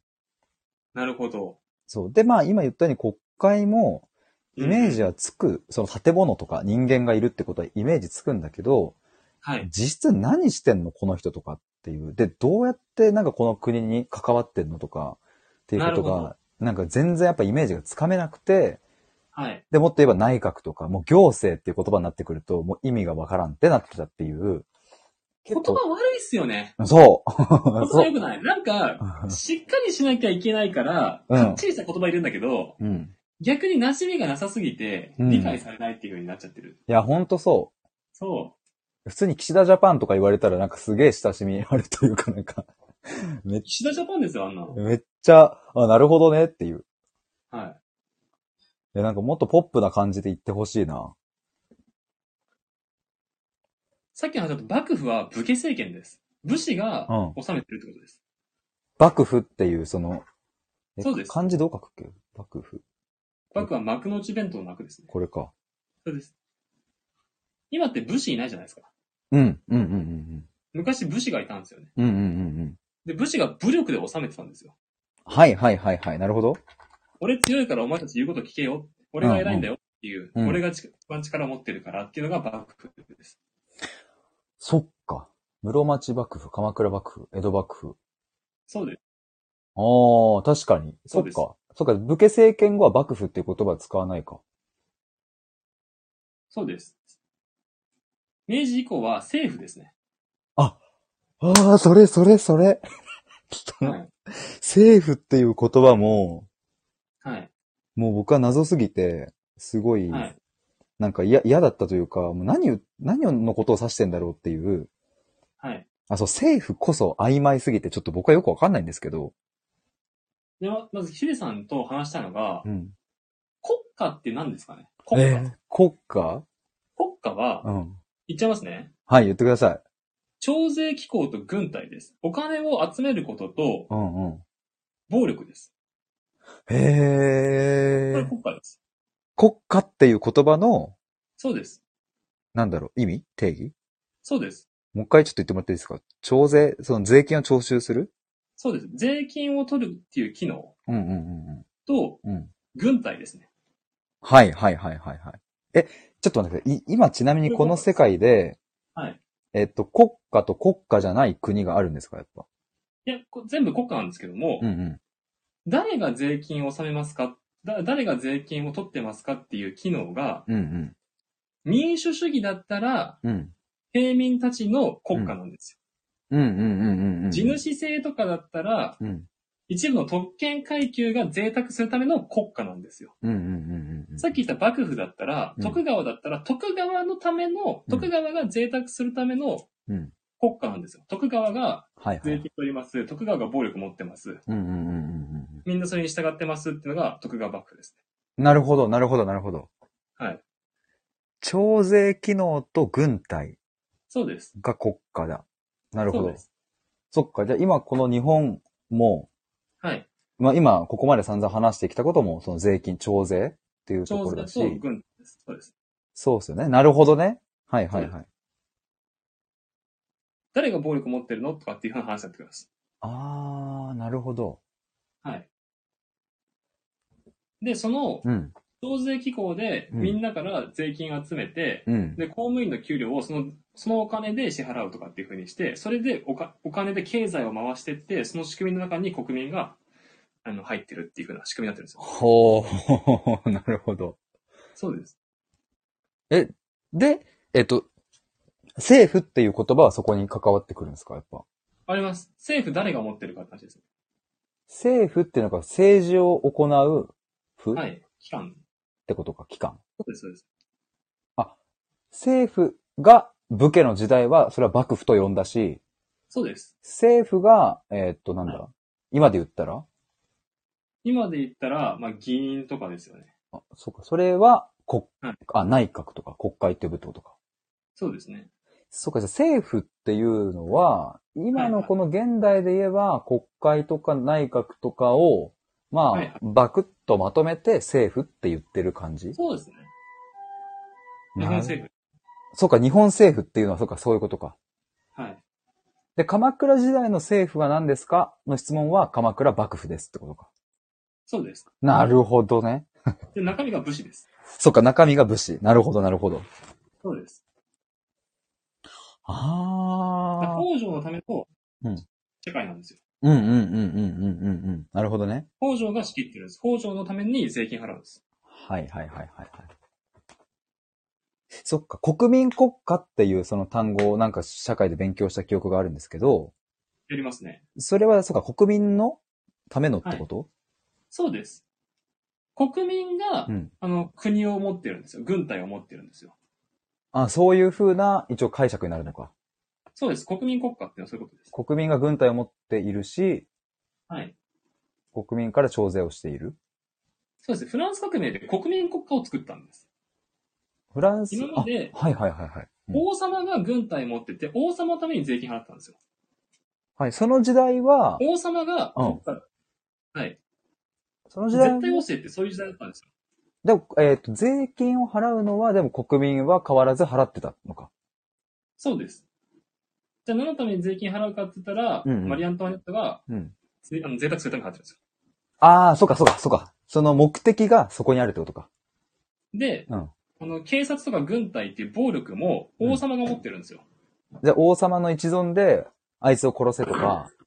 [SPEAKER 2] なるほど。
[SPEAKER 1] そう。で、まあ今言ったように国会も、イメージはつく、その建物とか人間がいるってことはイメージつくんだけど、
[SPEAKER 2] はい。
[SPEAKER 1] 実質何してんのこの人とかっていう。で、どうやってなんかこの国に関わってんのとかっていうこと
[SPEAKER 2] なるほ
[SPEAKER 1] が、なんか全然やっぱイメージがつかめなくて、
[SPEAKER 2] はい。
[SPEAKER 1] で、もっと言えば内閣とか、もう行政っていう言葉になってくると、もう意味がわからんってなってたっていう。
[SPEAKER 2] 言葉悪いっすよね。 (laughs)
[SPEAKER 1] そう
[SPEAKER 2] 言葉
[SPEAKER 1] そう (laughs)
[SPEAKER 2] 良。くない。なんか、しっかりしなきゃいけないから、
[SPEAKER 1] うん
[SPEAKER 2] かっちりした言葉いるんだけど、
[SPEAKER 1] うん。
[SPEAKER 2] 逆に馴染みがなさすぎて、
[SPEAKER 1] うん
[SPEAKER 2] 理解されないっていう風になっちゃってる。
[SPEAKER 1] いや、ほんとそう。
[SPEAKER 2] そ
[SPEAKER 1] 普通に岸田ジャパンとか言われたらなんかすげえ親しみあるというかなんかめ
[SPEAKER 2] う。、岸田ジャパンですよ、あんなの。
[SPEAKER 1] めっちゃ、あ、なるほどねっていう。
[SPEAKER 2] はい。
[SPEAKER 1] いや、なんかもっとポップな感じで言ってほしいな。
[SPEAKER 2] さっきの話だと、幕府は武家政権です。武士が
[SPEAKER 1] う
[SPEAKER 2] 治めてるってことです。
[SPEAKER 1] 幕府っていうその、え
[SPEAKER 2] そうです
[SPEAKER 1] 漢字どう書くっけ幕府。
[SPEAKER 2] 幕府は幕の内弁当の幕ですね。
[SPEAKER 1] これか。
[SPEAKER 2] そうです。今って武士いないじゃないですか。
[SPEAKER 1] うん、うん、うん、
[SPEAKER 2] 昔武士がいたんですよね。
[SPEAKER 1] うん。うん、うん、うん、うん。
[SPEAKER 2] で、武士が武力で治めてたんですよ。
[SPEAKER 1] はい、はい、はい、はい。なるほど。
[SPEAKER 2] 俺強いからお前たち言うこと聞けよ。俺が偉いんだよっていう。
[SPEAKER 1] うんうん
[SPEAKER 2] 俺が一番力を持ってるからっていうのが幕府です。
[SPEAKER 1] そっか。室町幕府、鎌倉幕府、江戸幕府。
[SPEAKER 2] そうです。
[SPEAKER 1] ああ、確かに。そ
[SPEAKER 2] そ
[SPEAKER 1] っ
[SPEAKER 2] うです
[SPEAKER 1] か。そっか、武家政権後は幕府っていう言葉は使わないか。
[SPEAKER 2] そうです。明治以降は政府ですね。
[SPEAKER 1] ああ、それ、それ、そ (laughs) れ。
[SPEAKER 2] はい。
[SPEAKER 1] 政府っていう言葉も、
[SPEAKER 2] はい。
[SPEAKER 1] もう僕は謎すぎて、すごい、
[SPEAKER 2] はい。
[SPEAKER 1] なんか嫌嫌だったというか、もう何を、何のことを指してんだろうっていう、
[SPEAKER 2] はい。
[SPEAKER 1] あ、そう、政府こそ曖昧すぎて、ちょっと僕はよくわかんないんですけど、
[SPEAKER 2] では、まずヒデさんと話したいのが、
[SPEAKER 1] うん。
[SPEAKER 2] 国家って何ですかね国家。
[SPEAKER 1] ー国家
[SPEAKER 2] 国家は、
[SPEAKER 1] うん。
[SPEAKER 2] 言っちゃいますね。
[SPEAKER 1] はい、言ってください。
[SPEAKER 2] 徴税機構と軍隊です。お金を集めることと
[SPEAKER 1] うんうん。
[SPEAKER 2] 暴力です。こ
[SPEAKER 1] へ
[SPEAKER 2] れ
[SPEAKER 1] え。
[SPEAKER 2] 国家です。
[SPEAKER 1] 国家っていう言葉の、
[SPEAKER 2] そうです。
[SPEAKER 1] なんだろう、意味定義
[SPEAKER 2] そうです。
[SPEAKER 1] もう一回ちょっと言ってもらっていいですか徴税、その税金を徴収する
[SPEAKER 2] そうです。税金を取るっていう機能
[SPEAKER 1] うんうんうん
[SPEAKER 2] と
[SPEAKER 1] うん。うん。
[SPEAKER 2] 軍隊ですね。
[SPEAKER 1] はいはいはいはいはい。え、ちょっと待ってください。い今ちなみにこの世界で、
[SPEAKER 2] はい。
[SPEAKER 1] えっと、国家と国家じゃない国があるんですか、やっぱ。
[SPEAKER 2] いや、こ全部国家なんですけども、
[SPEAKER 1] うんうん。
[SPEAKER 2] 誰が税金を納めますかだ誰が税金を取ってますかっていう機能が、
[SPEAKER 1] うん
[SPEAKER 2] 民主主義だったら、
[SPEAKER 1] うん。うん。
[SPEAKER 2] 平民たちの国家なんですよ。
[SPEAKER 1] うんうんうんうんうん。
[SPEAKER 2] 地主制とかだったら、
[SPEAKER 1] うん。
[SPEAKER 2] 一部の特権階級が贅沢するための国家なんですよ。
[SPEAKER 1] うんうんうんうん。
[SPEAKER 2] さっき言った幕府だったら
[SPEAKER 1] う、ん
[SPEAKER 2] 徳川だったら、徳川のための、
[SPEAKER 1] うん
[SPEAKER 2] 徳川が贅沢するための
[SPEAKER 1] うん。
[SPEAKER 2] 国家なんですよ。徳川が
[SPEAKER 1] はいは
[SPEAKER 2] 税
[SPEAKER 1] い。
[SPEAKER 2] 金取ります。徳川が暴力持ってます。
[SPEAKER 1] うんうんうんうん
[SPEAKER 2] みんなそれに従ってますっていうのが徳川幕府ですね。
[SPEAKER 1] うん。なるほど、なるほど、なるほど。
[SPEAKER 2] はい。
[SPEAKER 1] 徴税機能と軍隊
[SPEAKER 2] そうです。
[SPEAKER 1] が国家だ。なるほ
[SPEAKER 2] そう
[SPEAKER 1] ど
[SPEAKER 2] で。す。
[SPEAKER 1] そっか。じゃあ今この日本も、
[SPEAKER 2] はい。
[SPEAKER 1] まあ今ここまで散々話してきたことも、その税金、徴税っていうと
[SPEAKER 2] 調
[SPEAKER 1] ころ
[SPEAKER 2] 査
[SPEAKER 1] だ
[SPEAKER 2] と
[SPEAKER 1] し、
[SPEAKER 2] 軍です。そうです。
[SPEAKER 1] そうですよね。なるほどね。はいはいはい。
[SPEAKER 2] 誰が暴力持ってるのとかっていう話になってきます。
[SPEAKER 1] あー、なるほど。
[SPEAKER 2] はい。で、その、
[SPEAKER 1] うん。
[SPEAKER 2] 増税機構で、
[SPEAKER 1] うん
[SPEAKER 2] みんなから税金集めて、
[SPEAKER 1] うん。
[SPEAKER 2] で、公務員の給料をその、そのお金で支払うとかっていう風にして、それでおかお金で経済を回してって、その仕組みの中に国民が、あの、入ってるっていう風な仕組みになってるんですよ。
[SPEAKER 1] ほー、なるほど。
[SPEAKER 2] そうです。
[SPEAKER 1] で、えっと、政府っていう言葉はそこに関わってくるんですか、やっぱ。
[SPEAKER 2] あります。政府誰が持ってるかって話です。
[SPEAKER 1] 政府っていうのが政治を行う府
[SPEAKER 2] は
[SPEAKER 1] っ
[SPEAKER 2] い。機関。
[SPEAKER 1] てことか、機関。
[SPEAKER 2] そうです、そうです。
[SPEAKER 1] 政府が武家の時代は、それは幕府と呼んだし、
[SPEAKER 2] そうです。
[SPEAKER 1] 政府が、えっと、なんだ、今で言ったら
[SPEAKER 2] 今で言ったら、まあ、議員とかですよね。
[SPEAKER 1] あ、そうか、それは国、
[SPEAKER 2] はい
[SPEAKER 1] あ、内閣とか国会って呼ぶってことか。
[SPEAKER 2] そうですね。
[SPEAKER 1] そうか、じゃあ政府っていうのは、今のこの現代で言えば、国会とか内閣とかを、ま
[SPEAKER 2] はい
[SPEAKER 1] あ、バクッとまとめて政府って言ってる感じ
[SPEAKER 2] そうですね。日本
[SPEAKER 1] なる
[SPEAKER 2] 政
[SPEAKER 1] そうか、日本政府っていうのは、そうか、そういうことか。
[SPEAKER 2] 府。はい。
[SPEAKER 1] で、鎌倉時代の政府は何ですかの質問は、鎌倉幕府ですってことか。
[SPEAKER 2] そうです。
[SPEAKER 1] なるほどね。
[SPEAKER 2] で、中身が武士です。
[SPEAKER 1] そっか、中身が武士。なるほど、なるほど。
[SPEAKER 2] そうです。だから
[SPEAKER 1] あー。
[SPEAKER 2] 北条のための
[SPEAKER 1] うん
[SPEAKER 2] 世界なんですよ。
[SPEAKER 1] うんうんうんうんうんうんうん。なるほどね。
[SPEAKER 2] 北条が仕切ってるんです。北条のために税金払うんです。
[SPEAKER 1] はいはいはいはいはい。そっか、国民国家っていうその単語をなんか社会で勉強した記憶があるんですけど、
[SPEAKER 2] やりますね。
[SPEAKER 1] それはそっか、国民のためのってこと、
[SPEAKER 2] そうです。国民が、
[SPEAKER 1] うん。
[SPEAKER 2] あの、国を持ってるんですよ。軍隊を持ってるんですよ。
[SPEAKER 1] あ、そういう風な一応解釈になるのか。
[SPEAKER 2] そうです。国民国家っていうのはそういうことです。
[SPEAKER 1] 国民が軍隊を持っているし、
[SPEAKER 2] はい。
[SPEAKER 1] 国民から徴税をしている。
[SPEAKER 2] そうです。フランス革命で国民国家を作ったんです。
[SPEAKER 1] フランス、
[SPEAKER 2] 今まで
[SPEAKER 1] あはいはいはいはい、うん
[SPEAKER 2] 王様が軍隊持ってて、王様のために税金払ったんですよ。
[SPEAKER 1] はい、その時代は、
[SPEAKER 2] 王様が
[SPEAKER 1] うん、
[SPEAKER 2] はい。
[SPEAKER 1] その時
[SPEAKER 2] 絶
[SPEAKER 1] 代は、
[SPEAKER 2] 対王政ってそういう時代だったんですよ。
[SPEAKER 1] でも、えっ、と、税金を払うのは、でも国民は変わらず払ってたのか。
[SPEAKER 2] そうです。じゃあ何のために税金払うかって言ったら、
[SPEAKER 1] うんうん
[SPEAKER 2] マリーアントワネットが
[SPEAKER 1] うん。
[SPEAKER 2] ぜあの贅沢するために払ってるんですよ。
[SPEAKER 1] ああ、そうかそうかそうか。その目的がそこにあるってことか。
[SPEAKER 2] で、
[SPEAKER 1] うん
[SPEAKER 2] あの警察とか軍隊っていう暴力も
[SPEAKER 1] うん
[SPEAKER 2] 王様が持ってるんですよ。
[SPEAKER 1] じゃあ王様の一存で、あいつを殺せとか、っ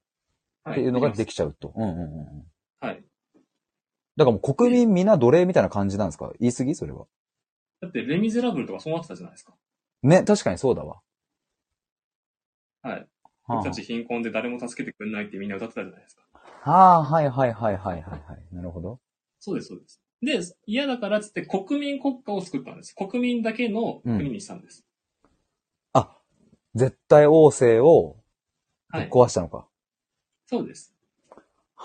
[SPEAKER 2] は
[SPEAKER 1] ていうのがで
[SPEAKER 2] き
[SPEAKER 1] きちゃうと。うんうんうんうん。
[SPEAKER 2] はい。
[SPEAKER 1] だからもう国民皆奴隷みたいな感じなんですか言い過ぎそれは。
[SPEAKER 2] だって、レミゼラブルとかそうなってたじゃないですか。
[SPEAKER 1] ね、確かにそうだわ。
[SPEAKER 2] はい。
[SPEAKER 1] は
[SPEAKER 2] 僕たち貧困で誰も助けてくれないってみんな歌ってたじゃないですか。
[SPEAKER 1] あ、はあ、はいはいはいはいはいはい。なるほど。
[SPEAKER 2] そうです、そうです。で、嫌だからっつって国民国家を作ったんです。国民だけの国にしたんです。
[SPEAKER 1] あ、絶対王政をぶ
[SPEAKER 2] は
[SPEAKER 1] っ
[SPEAKER 2] い。
[SPEAKER 1] 壊したのか。
[SPEAKER 2] そうです。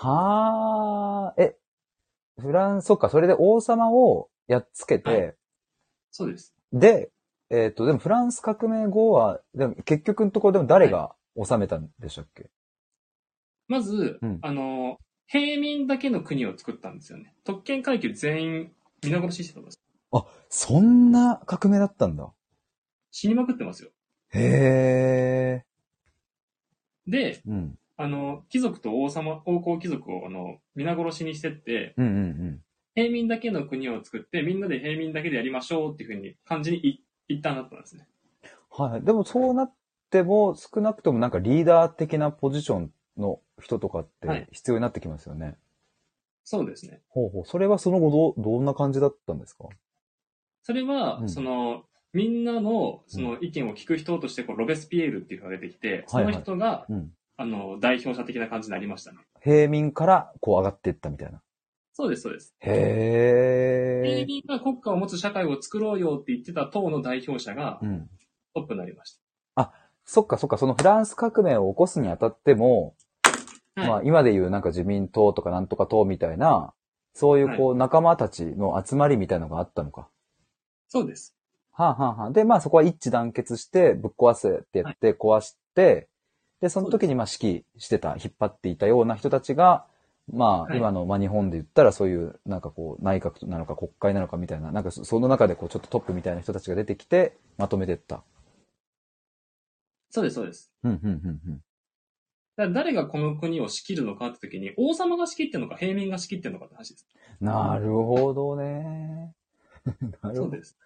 [SPEAKER 1] はあ、え、フランス、そっか、それで王様をやっつけて、
[SPEAKER 2] はそうです。
[SPEAKER 1] で、えっ、と、でもフランス革命後は、でも結局のところでも誰が治めたんでしたっけ、
[SPEAKER 2] まず、
[SPEAKER 1] うん
[SPEAKER 2] あの、平民だけの国を作ったんですよね。特権階級全員皆殺ししてたんです。
[SPEAKER 1] そんな革命だったんだ。
[SPEAKER 2] 死にまくってますよ。
[SPEAKER 1] へ
[SPEAKER 2] で、
[SPEAKER 1] ー。うん。
[SPEAKER 2] あの、貴族と王様、王侯貴族を、あの、皆殺しにしてって、
[SPEAKER 1] うんうん
[SPEAKER 2] 平民だけの国を作って、みんなで平民だけでやりましょうっていうふうに、感じにい一旦なったんですね。
[SPEAKER 1] うん。はい。でもそうなっても、少なくともなんかリーダー的なポジションの人とかっ
[SPEAKER 2] はい
[SPEAKER 1] て必要になってきますよね。
[SPEAKER 2] そうですね。
[SPEAKER 1] ほうほう。それはその後どう、どんな感じだったんですか
[SPEAKER 2] それは、
[SPEAKER 1] うん
[SPEAKER 2] その、みんなの、その意見を聞く人として、こう、ロベスピエールっていうのが出てきて、そ
[SPEAKER 1] はいは
[SPEAKER 2] の
[SPEAKER 1] い
[SPEAKER 2] 人が、
[SPEAKER 1] うん。
[SPEAKER 2] あの、代表者的な感じになりましたね。
[SPEAKER 1] へ平民からこう上がっていったみたいな。
[SPEAKER 2] そうです、そうです。
[SPEAKER 1] へ
[SPEAKER 2] 平
[SPEAKER 1] ー。
[SPEAKER 2] 民が国家を持つ社会を作ろうよって言ってた党の代表者が
[SPEAKER 1] うん。
[SPEAKER 2] トップになりまし
[SPEAKER 1] そっかそっか、そのフランス革命を起こすにあたっても、
[SPEAKER 2] た。はい。
[SPEAKER 1] まあ今で言うなんか自民党とかなんとか党みたいな、そういうこう仲間たちの集まりみたいのがあったのか。
[SPEAKER 2] そうです。
[SPEAKER 1] はあ、はあはあ、で、まあそこは一致団結してぶっ壊せってやって壊して、で、その時にまあ指揮してた、引っ張っていたような人たちが、ま
[SPEAKER 2] は
[SPEAKER 1] あ
[SPEAKER 2] い
[SPEAKER 1] 今の、まあ日本で言ったらそういうなんかこう内閣なのか国会なのかみたいな、なんかそその中でこうちょっとトップみたいな人たちが出てきてまとめてった。
[SPEAKER 2] そうです、そうです。
[SPEAKER 1] うん、うん、うん、うん。
[SPEAKER 2] だから誰がこの国を仕切るのかって時に、王様が仕切ってるのか、平民が仕切ってるのかって話です。
[SPEAKER 1] なるほどね。 (laughs) なる
[SPEAKER 2] そ
[SPEAKER 1] ほ
[SPEAKER 2] うです。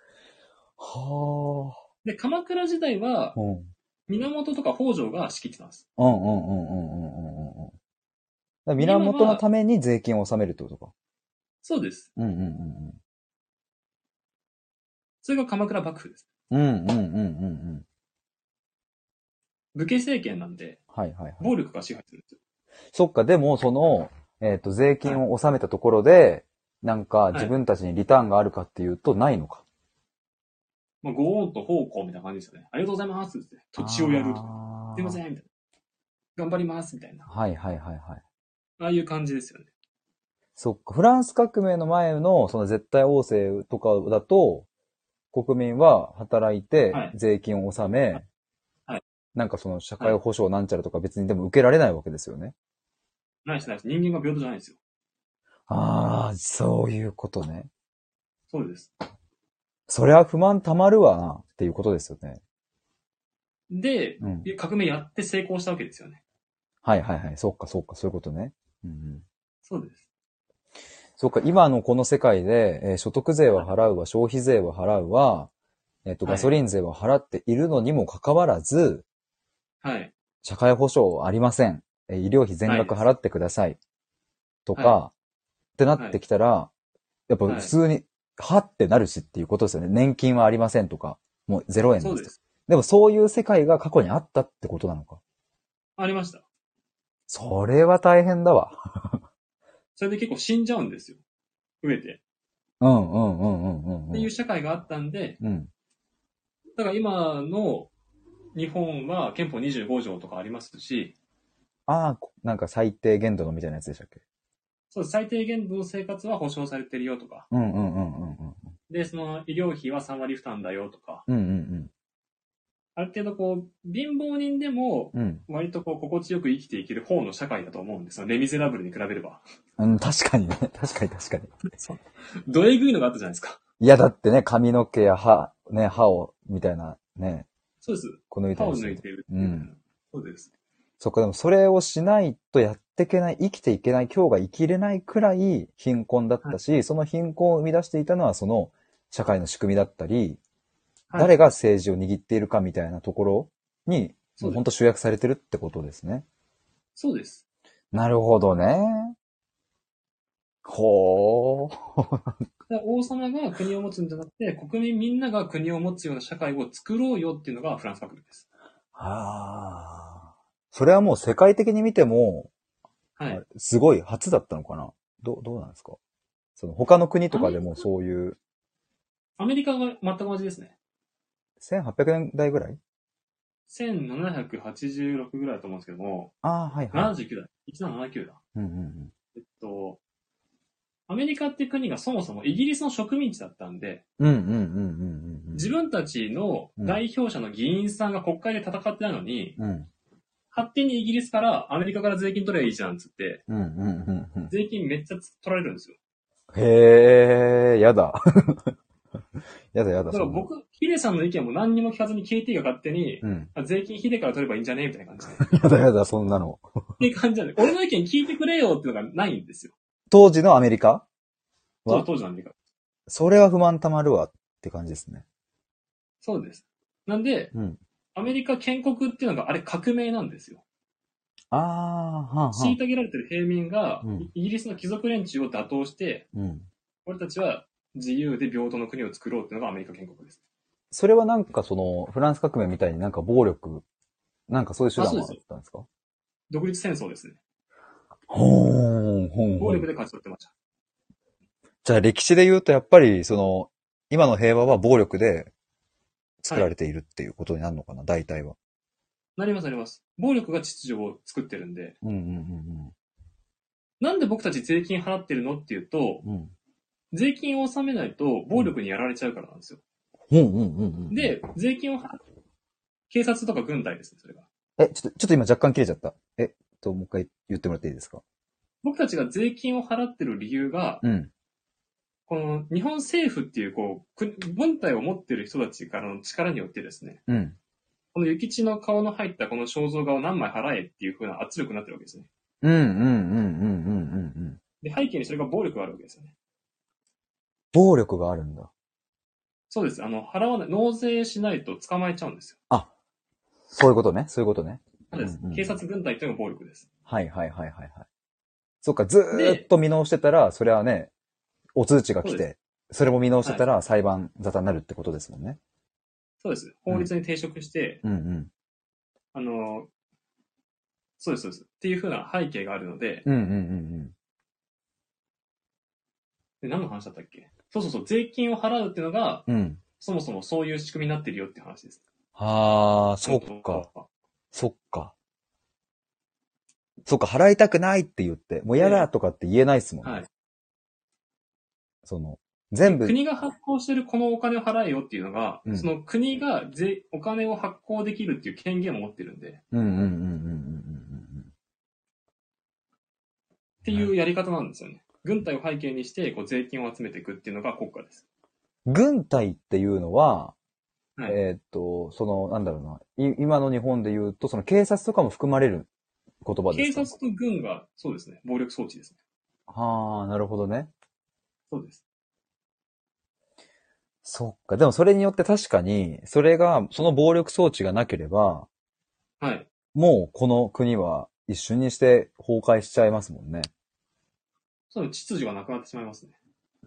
[SPEAKER 1] ど。は
[SPEAKER 2] で、鎌倉時代は
[SPEAKER 1] あ。、うん。
[SPEAKER 2] 源とか北条が仕切ってたんです。
[SPEAKER 1] うんうんうんうんうんうんうんうん。だから源のために税金を納めるってことか。
[SPEAKER 2] そうです。
[SPEAKER 1] うんうんうん
[SPEAKER 2] それが鎌倉幕府です。
[SPEAKER 1] うん。うんうんうんうんうん。
[SPEAKER 2] 武家政権なんで、
[SPEAKER 1] はいはいはい。
[SPEAKER 2] 暴力が支配するんですよ。
[SPEAKER 1] そっか、でもその、えっ、と、税金を納めたところで、なんか
[SPEAKER 2] い
[SPEAKER 1] 自分たちにリターンがあるかっていうと、ないのか。
[SPEAKER 2] まあ、ご恩と奉公みたいな感じですよね。ありがとうございますって言って。土地をやるとか。
[SPEAKER 1] あー
[SPEAKER 2] すいませんみたいな。頑張りますみたいな。
[SPEAKER 1] はいはいはいはい。
[SPEAKER 2] ああいう感じですよね。
[SPEAKER 1] そっか、フランス革命の前の、その絶対王政とかだと、国民は働いて
[SPEAKER 2] はい、
[SPEAKER 1] 税金を納め、
[SPEAKER 2] はい
[SPEAKER 1] なんかその社会保障なんちゃらとか別にでも受けられないわけですよね。
[SPEAKER 2] ないですないです。人間が平等じゃないんですよ。
[SPEAKER 1] ああ、そういうことね。
[SPEAKER 2] そうです。
[SPEAKER 1] そりゃ不満溜まるわな、っていうことですよね。
[SPEAKER 2] で、
[SPEAKER 1] うん。
[SPEAKER 2] 革命やって成功したわけですよね。
[SPEAKER 1] はいはいはい。そうかそうか、そういうことね。うんうん。
[SPEAKER 2] そうです。
[SPEAKER 1] そうか、今のこの世界で、えー所得税は払うわ、消費税は払うわ、えっ、と、
[SPEAKER 2] はい
[SPEAKER 1] ガソリン税は払っているのにもかかわらず、
[SPEAKER 2] はい。
[SPEAKER 1] 社会保障はありません。えー医療費全額払ってください。とか、
[SPEAKER 2] は
[SPEAKER 1] ってなってきたら、やっぱ普通に、はってなるしっていうことですよね。年金はありませんとか、もう0円です
[SPEAKER 2] そ
[SPEAKER 1] と
[SPEAKER 2] う
[SPEAKER 1] か
[SPEAKER 2] で。す。
[SPEAKER 1] でもそういう世界が過去にあったってことなのか。
[SPEAKER 2] ありました。
[SPEAKER 1] それは大変だわ。
[SPEAKER 2] それで結構死んじゃうんですよ。増えて。
[SPEAKER 1] うんうんうんうんうんうん。
[SPEAKER 2] っていう社会があったんで、
[SPEAKER 1] うん。
[SPEAKER 2] だから今の日本は憲法25条とかありますし、
[SPEAKER 1] ああ、こなんか最低限度のみたいなやつでしたっけ
[SPEAKER 2] そうです最低限度の生活は保障されてるよとか、
[SPEAKER 1] うんうんうんうんうん。
[SPEAKER 2] で、その医療費は3割負担だよとか、
[SPEAKER 1] うんうん
[SPEAKER 2] ある程度こう、貧乏人でも
[SPEAKER 1] うん。うん
[SPEAKER 2] 割とこう、心地よく生きていける方の社会だと思うんですよ。レミゼラブルに比べれば。 (laughs)
[SPEAKER 1] うん。確かにね。確かに確かに。
[SPEAKER 2] どえぐいのがあったじゃないですか。
[SPEAKER 1] いやだってね、髪の毛や歯、ね、歯を、みたいな、ね、
[SPEAKER 2] そうです。
[SPEAKER 1] このみた
[SPEAKER 2] 歯
[SPEAKER 1] い
[SPEAKER 2] を
[SPEAKER 1] な。
[SPEAKER 2] 抜いてるっ
[SPEAKER 1] う
[SPEAKER 2] てい
[SPEAKER 1] ん
[SPEAKER 2] う。そうです。
[SPEAKER 1] そっか、でもそれをしないとやっていけない、生きていけない、今日が生きれないくらい貧困だったし、その貧困を生み出していたのはその社会の仕組みだったり、
[SPEAKER 2] はい
[SPEAKER 1] 誰が政治を握っているかみたいなところに、
[SPEAKER 2] そうです
[SPEAKER 1] もう本当集約されてるってことですね。
[SPEAKER 2] そうです。
[SPEAKER 1] なるほどね。ほー。
[SPEAKER 2] だから王様が国を持つんじゃなくて、国民みんなが国を持つような社会を作ろうよっていうのがフランス革命です。
[SPEAKER 1] あーそれはもう世界的に見ても、
[SPEAKER 2] はい。
[SPEAKER 1] すごい初だったのかなどう、どうなんですかその他の国とかでもそういう、
[SPEAKER 2] アメリカが全く同じですね。
[SPEAKER 1] 1800年代ぐらい
[SPEAKER 2] 1786ぐらいだと思うんですけども、
[SPEAKER 1] ああ、はいはい。
[SPEAKER 2] 79だ。1779だ。
[SPEAKER 1] うんうんうん。
[SPEAKER 2] えっと、アメリカっていう国がそもそもイギリスの植民地だったんで、
[SPEAKER 1] うんうんうんうんうん。
[SPEAKER 2] 自分たちの代表者の議員さんが国会で戦ってないのに、
[SPEAKER 1] うん
[SPEAKER 2] 勝手にイギリスからアメリカから税金取ればいいじゃんっつって、
[SPEAKER 1] うんうんうんうん。
[SPEAKER 2] 税金めっちゃ取られるんですよ。
[SPEAKER 1] へえ、やだ。 (laughs) やだやだ。
[SPEAKER 2] だか
[SPEAKER 1] そ
[SPEAKER 2] ら
[SPEAKER 1] んな、
[SPEAKER 2] 僕、ヒデさんの意見も何にも聞かずに KT が勝手に、
[SPEAKER 1] うん。
[SPEAKER 2] あ税金ヒデから取ればいいんじゃねみたいな感じ
[SPEAKER 1] (laughs)
[SPEAKER 2] で。
[SPEAKER 1] やだやだ、そんなの。
[SPEAKER 2] って感じなんで、俺の意見聞いてくれよっていうのがないんですよ。
[SPEAKER 1] 当時のアメリカ
[SPEAKER 2] そ
[SPEAKER 1] わ
[SPEAKER 2] う当時のアメリカ。
[SPEAKER 1] それは不満たまるわって感じですね。
[SPEAKER 2] そうです。なんで、
[SPEAKER 1] うん。
[SPEAKER 2] アメリカ建国っていうのがあれ革命なんですよ。
[SPEAKER 1] ああ、はんはん
[SPEAKER 2] 虐げられてる平民が
[SPEAKER 1] うん、
[SPEAKER 2] イギリスの貴族連中を打倒して、
[SPEAKER 1] うん。
[SPEAKER 2] 俺たちは自由で平等の国を作ろうっていうのがアメリカ建国です。
[SPEAKER 1] それはなんかその、フランス革命みたいになんか暴力、なんかそういう手段はあったんですか
[SPEAKER 2] 独立戦争ですね。
[SPEAKER 1] あほーん、ほん
[SPEAKER 2] 暴
[SPEAKER 1] ほん。
[SPEAKER 2] 力で勝ち取ってました。
[SPEAKER 1] じゃあ歴史で言うと、やっぱり、その、今の平和は暴力で作られているっていうことになるのかな、大体は。
[SPEAKER 2] なりますなります。暴力が秩序を作ってるんで。
[SPEAKER 1] うんうん
[SPEAKER 2] なんで僕たち税金払ってるのっていうと、
[SPEAKER 1] うんうん。うん。
[SPEAKER 2] 税金を納めないと暴力にやられちゃうからなんですよ。
[SPEAKER 1] うんうんうんうん。、
[SPEAKER 2] で、税金を払う警察とか軍隊ですね、それが。
[SPEAKER 1] え、ちょっと、ちょっと今若干切れちゃった。えっと、もう一回言ってもらっていいですか
[SPEAKER 2] 僕たちが税金を払ってる理由が、
[SPEAKER 1] うん。
[SPEAKER 2] この日本政府っていう、こうく、軍隊を持ってる人たちからの力によってですね、
[SPEAKER 1] うん。
[SPEAKER 2] この諭吉の顔の入ったこの肖像画を何枚払えっていう風な圧力になってるわけですね。
[SPEAKER 1] うんうんうんうんうんうんうん。
[SPEAKER 2] で、背景にそれが暴力があるわけですよね。
[SPEAKER 1] 暴力があるんだ。
[SPEAKER 2] そうです。あの、払わない、納税しないと捕まえちゃうんですよ。
[SPEAKER 1] そういうことね。そういうことね。
[SPEAKER 2] そうです
[SPEAKER 1] うんうん。
[SPEAKER 2] 警察軍隊というのが暴力です。
[SPEAKER 1] はいはいはいはいはい。そっか、ずーっと見直してたら、それはね、お通知が来
[SPEAKER 2] そうで
[SPEAKER 1] て、それも見直してたら裁判沙汰になるってことですもんね。
[SPEAKER 2] そうです。法律に抵触して、
[SPEAKER 1] うんうん。
[SPEAKER 2] あの、そうです、そうです。っていう風な背景があるので、
[SPEAKER 1] うんうんうん
[SPEAKER 2] で何の話だったっけそうそうそう、税金を払うっていうのが、
[SPEAKER 1] うん。うん。
[SPEAKER 2] そもそもそういう仕組みになってるよって話です。
[SPEAKER 1] あー、そっか、。そっか。そっか、払いたくないって言って、もう嫌だとかって言えないっすもんね。
[SPEAKER 2] はい。
[SPEAKER 1] その、全部、
[SPEAKER 2] 国が発行してるこのお金を払えよっていうのが、
[SPEAKER 1] うん
[SPEAKER 2] その国が税、お金を発行できるっていう権限を持ってるんで、っ
[SPEAKER 1] うんうんうんうんうんうん
[SPEAKER 2] ていうやり方なんですよね。軍隊を背景にして、こう、税金を集めていくっていうのが国家です。
[SPEAKER 1] うん。軍隊っていうのは、
[SPEAKER 2] はい
[SPEAKER 1] えーっと、その、なんだろうな、い今の日本で言うと、その警察とかも含まれる言葉で
[SPEAKER 2] 警
[SPEAKER 1] すか
[SPEAKER 2] 察と軍が、そうですね、暴力装置ですね。
[SPEAKER 1] はあ、なるほどね。
[SPEAKER 2] そうです。
[SPEAKER 1] そっか。でもそれによって確かに、それが、その暴力装置がなければ、
[SPEAKER 2] はい。
[SPEAKER 1] もうこの国は一瞬にして崩壊しちゃいますもんね。
[SPEAKER 2] その秩序がなくなってしまいますね。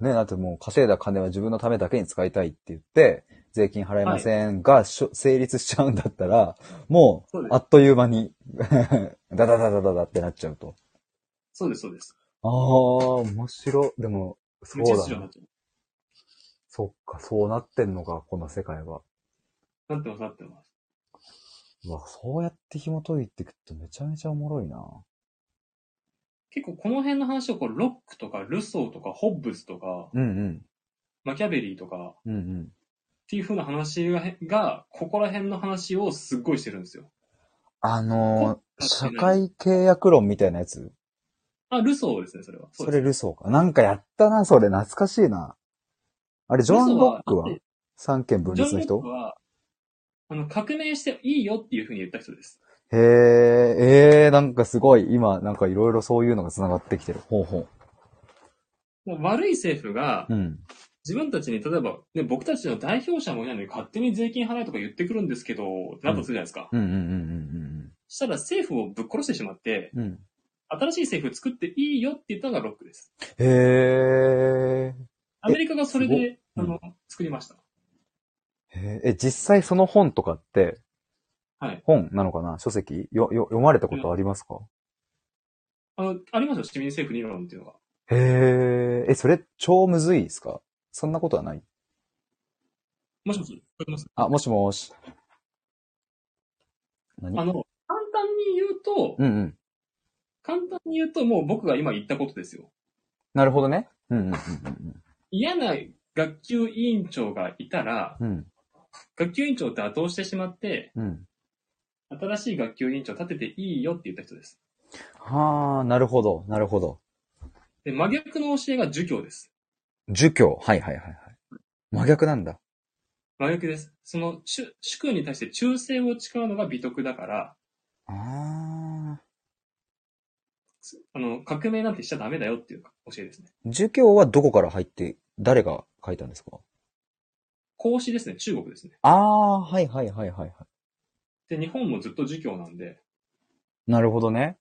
[SPEAKER 1] ね、だってもう稼いだ金は自分のためだけに使いたいって言って、税金払えませんが、しょ成立しちゃうんだったら、も
[SPEAKER 2] そ
[SPEAKER 1] う
[SPEAKER 2] うで、す
[SPEAKER 1] あっという間に、 (laughs) ダダダダダダってなっちゃうと。
[SPEAKER 2] そうです、そうです。
[SPEAKER 1] ああ、面白い。でも、そ
[SPEAKER 2] 無
[SPEAKER 1] う
[SPEAKER 2] 秩
[SPEAKER 1] だ
[SPEAKER 2] 序に
[SPEAKER 1] な
[SPEAKER 2] な。ってま
[SPEAKER 1] そっか、そうなってんのか、この世界は。
[SPEAKER 2] す。なってます、なってます。
[SPEAKER 1] うわ、そうやって紐解いていくとめちゃめちゃおもろいな。
[SPEAKER 2] 結構この辺の話をこう、ロックとか、ルソーとか、ホッブスとか、
[SPEAKER 1] うんうん。
[SPEAKER 2] マキャベリーとか、
[SPEAKER 1] うんうん。
[SPEAKER 2] っていう風な話がへが、ここら辺の話をすっごいしてるんですよ。
[SPEAKER 1] あのー、
[SPEAKER 2] そ
[SPEAKER 1] 社
[SPEAKER 2] う
[SPEAKER 1] 会契約論みたいなやつ
[SPEAKER 2] あ、ルソーですね、それは。
[SPEAKER 1] そうれ
[SPEAKER 2] です
[SPEAKER 1] ルソーか。なんかやったな、それ。懐かしいな。あれ、ジョアン・ロックは
[SPEAKER 2] ルソーは
[SPEAKER 1] 三権分
[SPEAKER 2] ジョ
[SPEAKER 1] 立
[SPEAKER 2] ン・
[SPEAKER 1] の
[SPEAKER 2] ロッ
[SPEAKER 1] 人
[SPEAKER 2] クは、あの、革命していいよっていう風に言った人です。
[SPEAKER 1] へえ、えー、なんかすごい、今、なんかいろいろそういうのが繋がってきてる。ほうほ
[SPEAKER 2] もう悪い政府が
[SPEAKER 1] う。、うん。
[SPEAKER 2] 自分たちに、例えば、ね、僕たちの代表者もいないのに勝手に税金払えとか言ってくるんですけど、ってなったとするじゃないですか。
[SPEAKER 1] うんうんうん
[SPEAKER 2] したら政府をぶっ殺してしまって、
[SPEAKER 1] うんうん。うん。
[SPEAKER 2] 新しい政府作っていいよって言ったのがロックです。
[SPEAKER 1] へえ。
[SPEAKER 2] アメリカがそれで、
[SPEAKER 1] ご
[SPEAKER 2] あ
[SPEAKER 1] い
[SPEAKER 2] の、作りました。
[SPEAKER 1] へーえ、実際その本とかって、
[SPEAKER 2] はい
[SPEAKER 1] 本なのかな書籍よよ読まれたことありますか、
[SPEAKER 2] あの、ありますよ、市民政府理論っていうのが。
[SPEAKER 1] へえ、え、それ超むずいですかそんなことはない
[SPEAKER 2] もしもし、聞こえてます
[SPEAKER 1] あ、もしもーし。何
[SPEAKER 2] あの、簡単に言うと、
[SPEAKER 1] うんうん。
[SPEAKER 2] 簡単に言うと、もう僕が今言ったことですよ。
[SPEAKER 1] なるほどね。うんうんうん
[SPEAKER 2] 嫌な学級委員長がいたら、
[SPEAKER 1] うんうん。
[SPEAKER 2] 学級委員長って後押してしまって、
[SPEAKER 1] うんうん。
[SPEAKER 2] 新しい学級委員長立てていいよって言った人です。
[SPEAKER 1] はあ、なるほど、なるほど。
[SPEAKER 2] で、真逆の教えが儒教です。
[SPEAKER 1] 儒教。はいはいはいはい。真逆なんだ。
[SPEAKER 2] 真逆です。その、主主君に対して忠誠を誓うのが美徳だから、
[SPEAKER 1] ああ。
[SPEAKER 2] あの、革命なんてしちゃダメだよっていう教えですね。
[SPEAKER 1] 儒教はどこから入って、誰が書いたんですか
[SPEAKER 2] 孔子ですね、中国ですね。
[SPEAKER 1] ああ、はいはいはいはいはい。
[SPEAKER 2] で、日本もずっと儒教なんで、
[SPEAKER 1] なるほどね。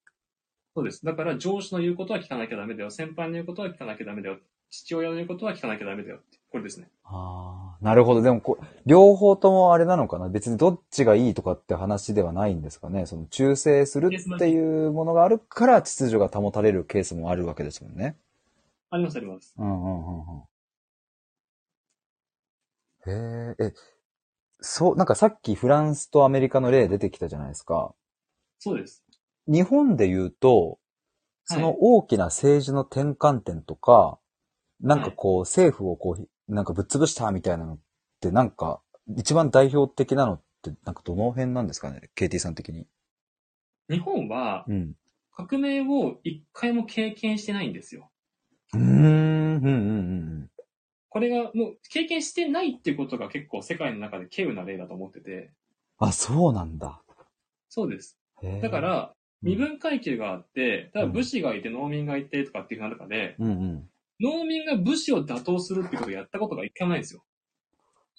[SPEAKER 2] そうです。だから上司の言うことは聞かなきゃダメだよ。先輩の言うことは聞かなきゃダメだよ。父親の言うことは聞かなきゃダメだよって。これですね。
[SPEAKER 1] ああ、なるほど。でもこう、両方ともあれなのかな別にどっちがいいとかって話ではないんですかねその、忠誠するっていうものがあるから秩序が保たれるケースもあるわけですもんね。
[SPEAKER 2] ありますあります。
[SPEAKER 1] うんうんうんうん。へえ、え、そう、なんかさっきフランスとアメリカの例出てきたじゃないですか。
[SPEAKER 2] そうです。
[SPEAKER 1] 日本で言うと、その大きな政治の転換点とか、なんかこう、政府をこう、なんかぶっ潰したみたいなのって、なんか、一番代表的なのって、なんかどの辺なんですかね ?KT さん的に。
[SPEAKER 2] 日本は
[SPEAKER 1] うん。
[SPEAKER 2] 革命を一回も経験してないんですよ。
[SPEAKER 1] うーん、うん、うん、うん
[SPEAKER 2] これがもう経験してないっていうことが結構世界の中で稀有な例だと思ってて、
[SPEAKER 1] うん。あ、そうなんだ。
[SPEAKER 2] そうです。
[SPEAKER 1] へー
[SPEAKER 2] だか、ら、
[SPEAKER 1] うん
[SPEAKER 2] 身、分階級があって、ただ武士がいて農民がいてとかっていう中で、
[SPEAKER 1] うん、うん。
[SPEAKER 2] 農民が武士を打倒するってことをやったことが一回もないんですよ。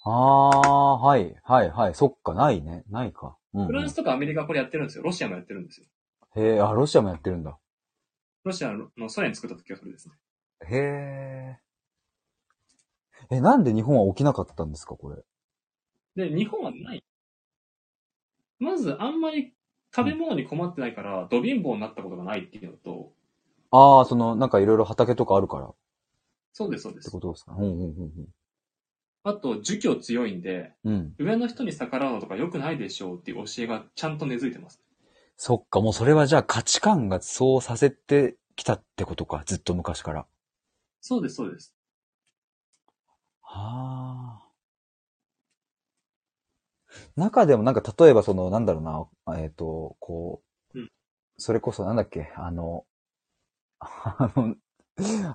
[SPEAKER 1] あー、はい、はい、はい。そっか、ないね。ないか。うん、うん。
[SPEAKER 2] フランスとかアメリカはこれやってるんですよ。ロシアもやってるんですよ。
[SPEAKER 1] へえ、あ、ロシアもやってるんだ。
[SPEAKER 2] ロシアのソ連作った時はそれですね。
[SPEAKER 1] へえ。え、なんで日本は起きなかったんですか、これ。
[SPEAKER 2] で、日本はない。まず、あんまり食べ物に困ってないから、ド貧乏になったことがないっていうのと、
[SPEAKER 1] あー、その、なんかいろいろ畑とかあるからっ
[SPEAKER 2] そうです、そうで
[SPEAKER 1] て
[SPEAKER 2] す
[SPEAKER 1] こ。とですか。うん、うん、うん
[SPEAKER 2] あと、儒教強いんで、
[SPEAKER 1] うん。うん。
[SPEAKER 2] 上の人に逆らうのとか良くないでしょうっていう教えがちゃんと根付いてます。
[SPEAKER 1] そっか、もうそれはじゃあ価値観がそうさせてきたってことか、ずっと昔から。
[SPEAKER 2] そうです、そうです。
[SPEAKER 1] ああ。中でもなんか例えばその、なんだろうな、えっ、と、こう、
[SPEAKER 2] うん
[SPEAKER 1] それこそなんだっけ、あの、あの、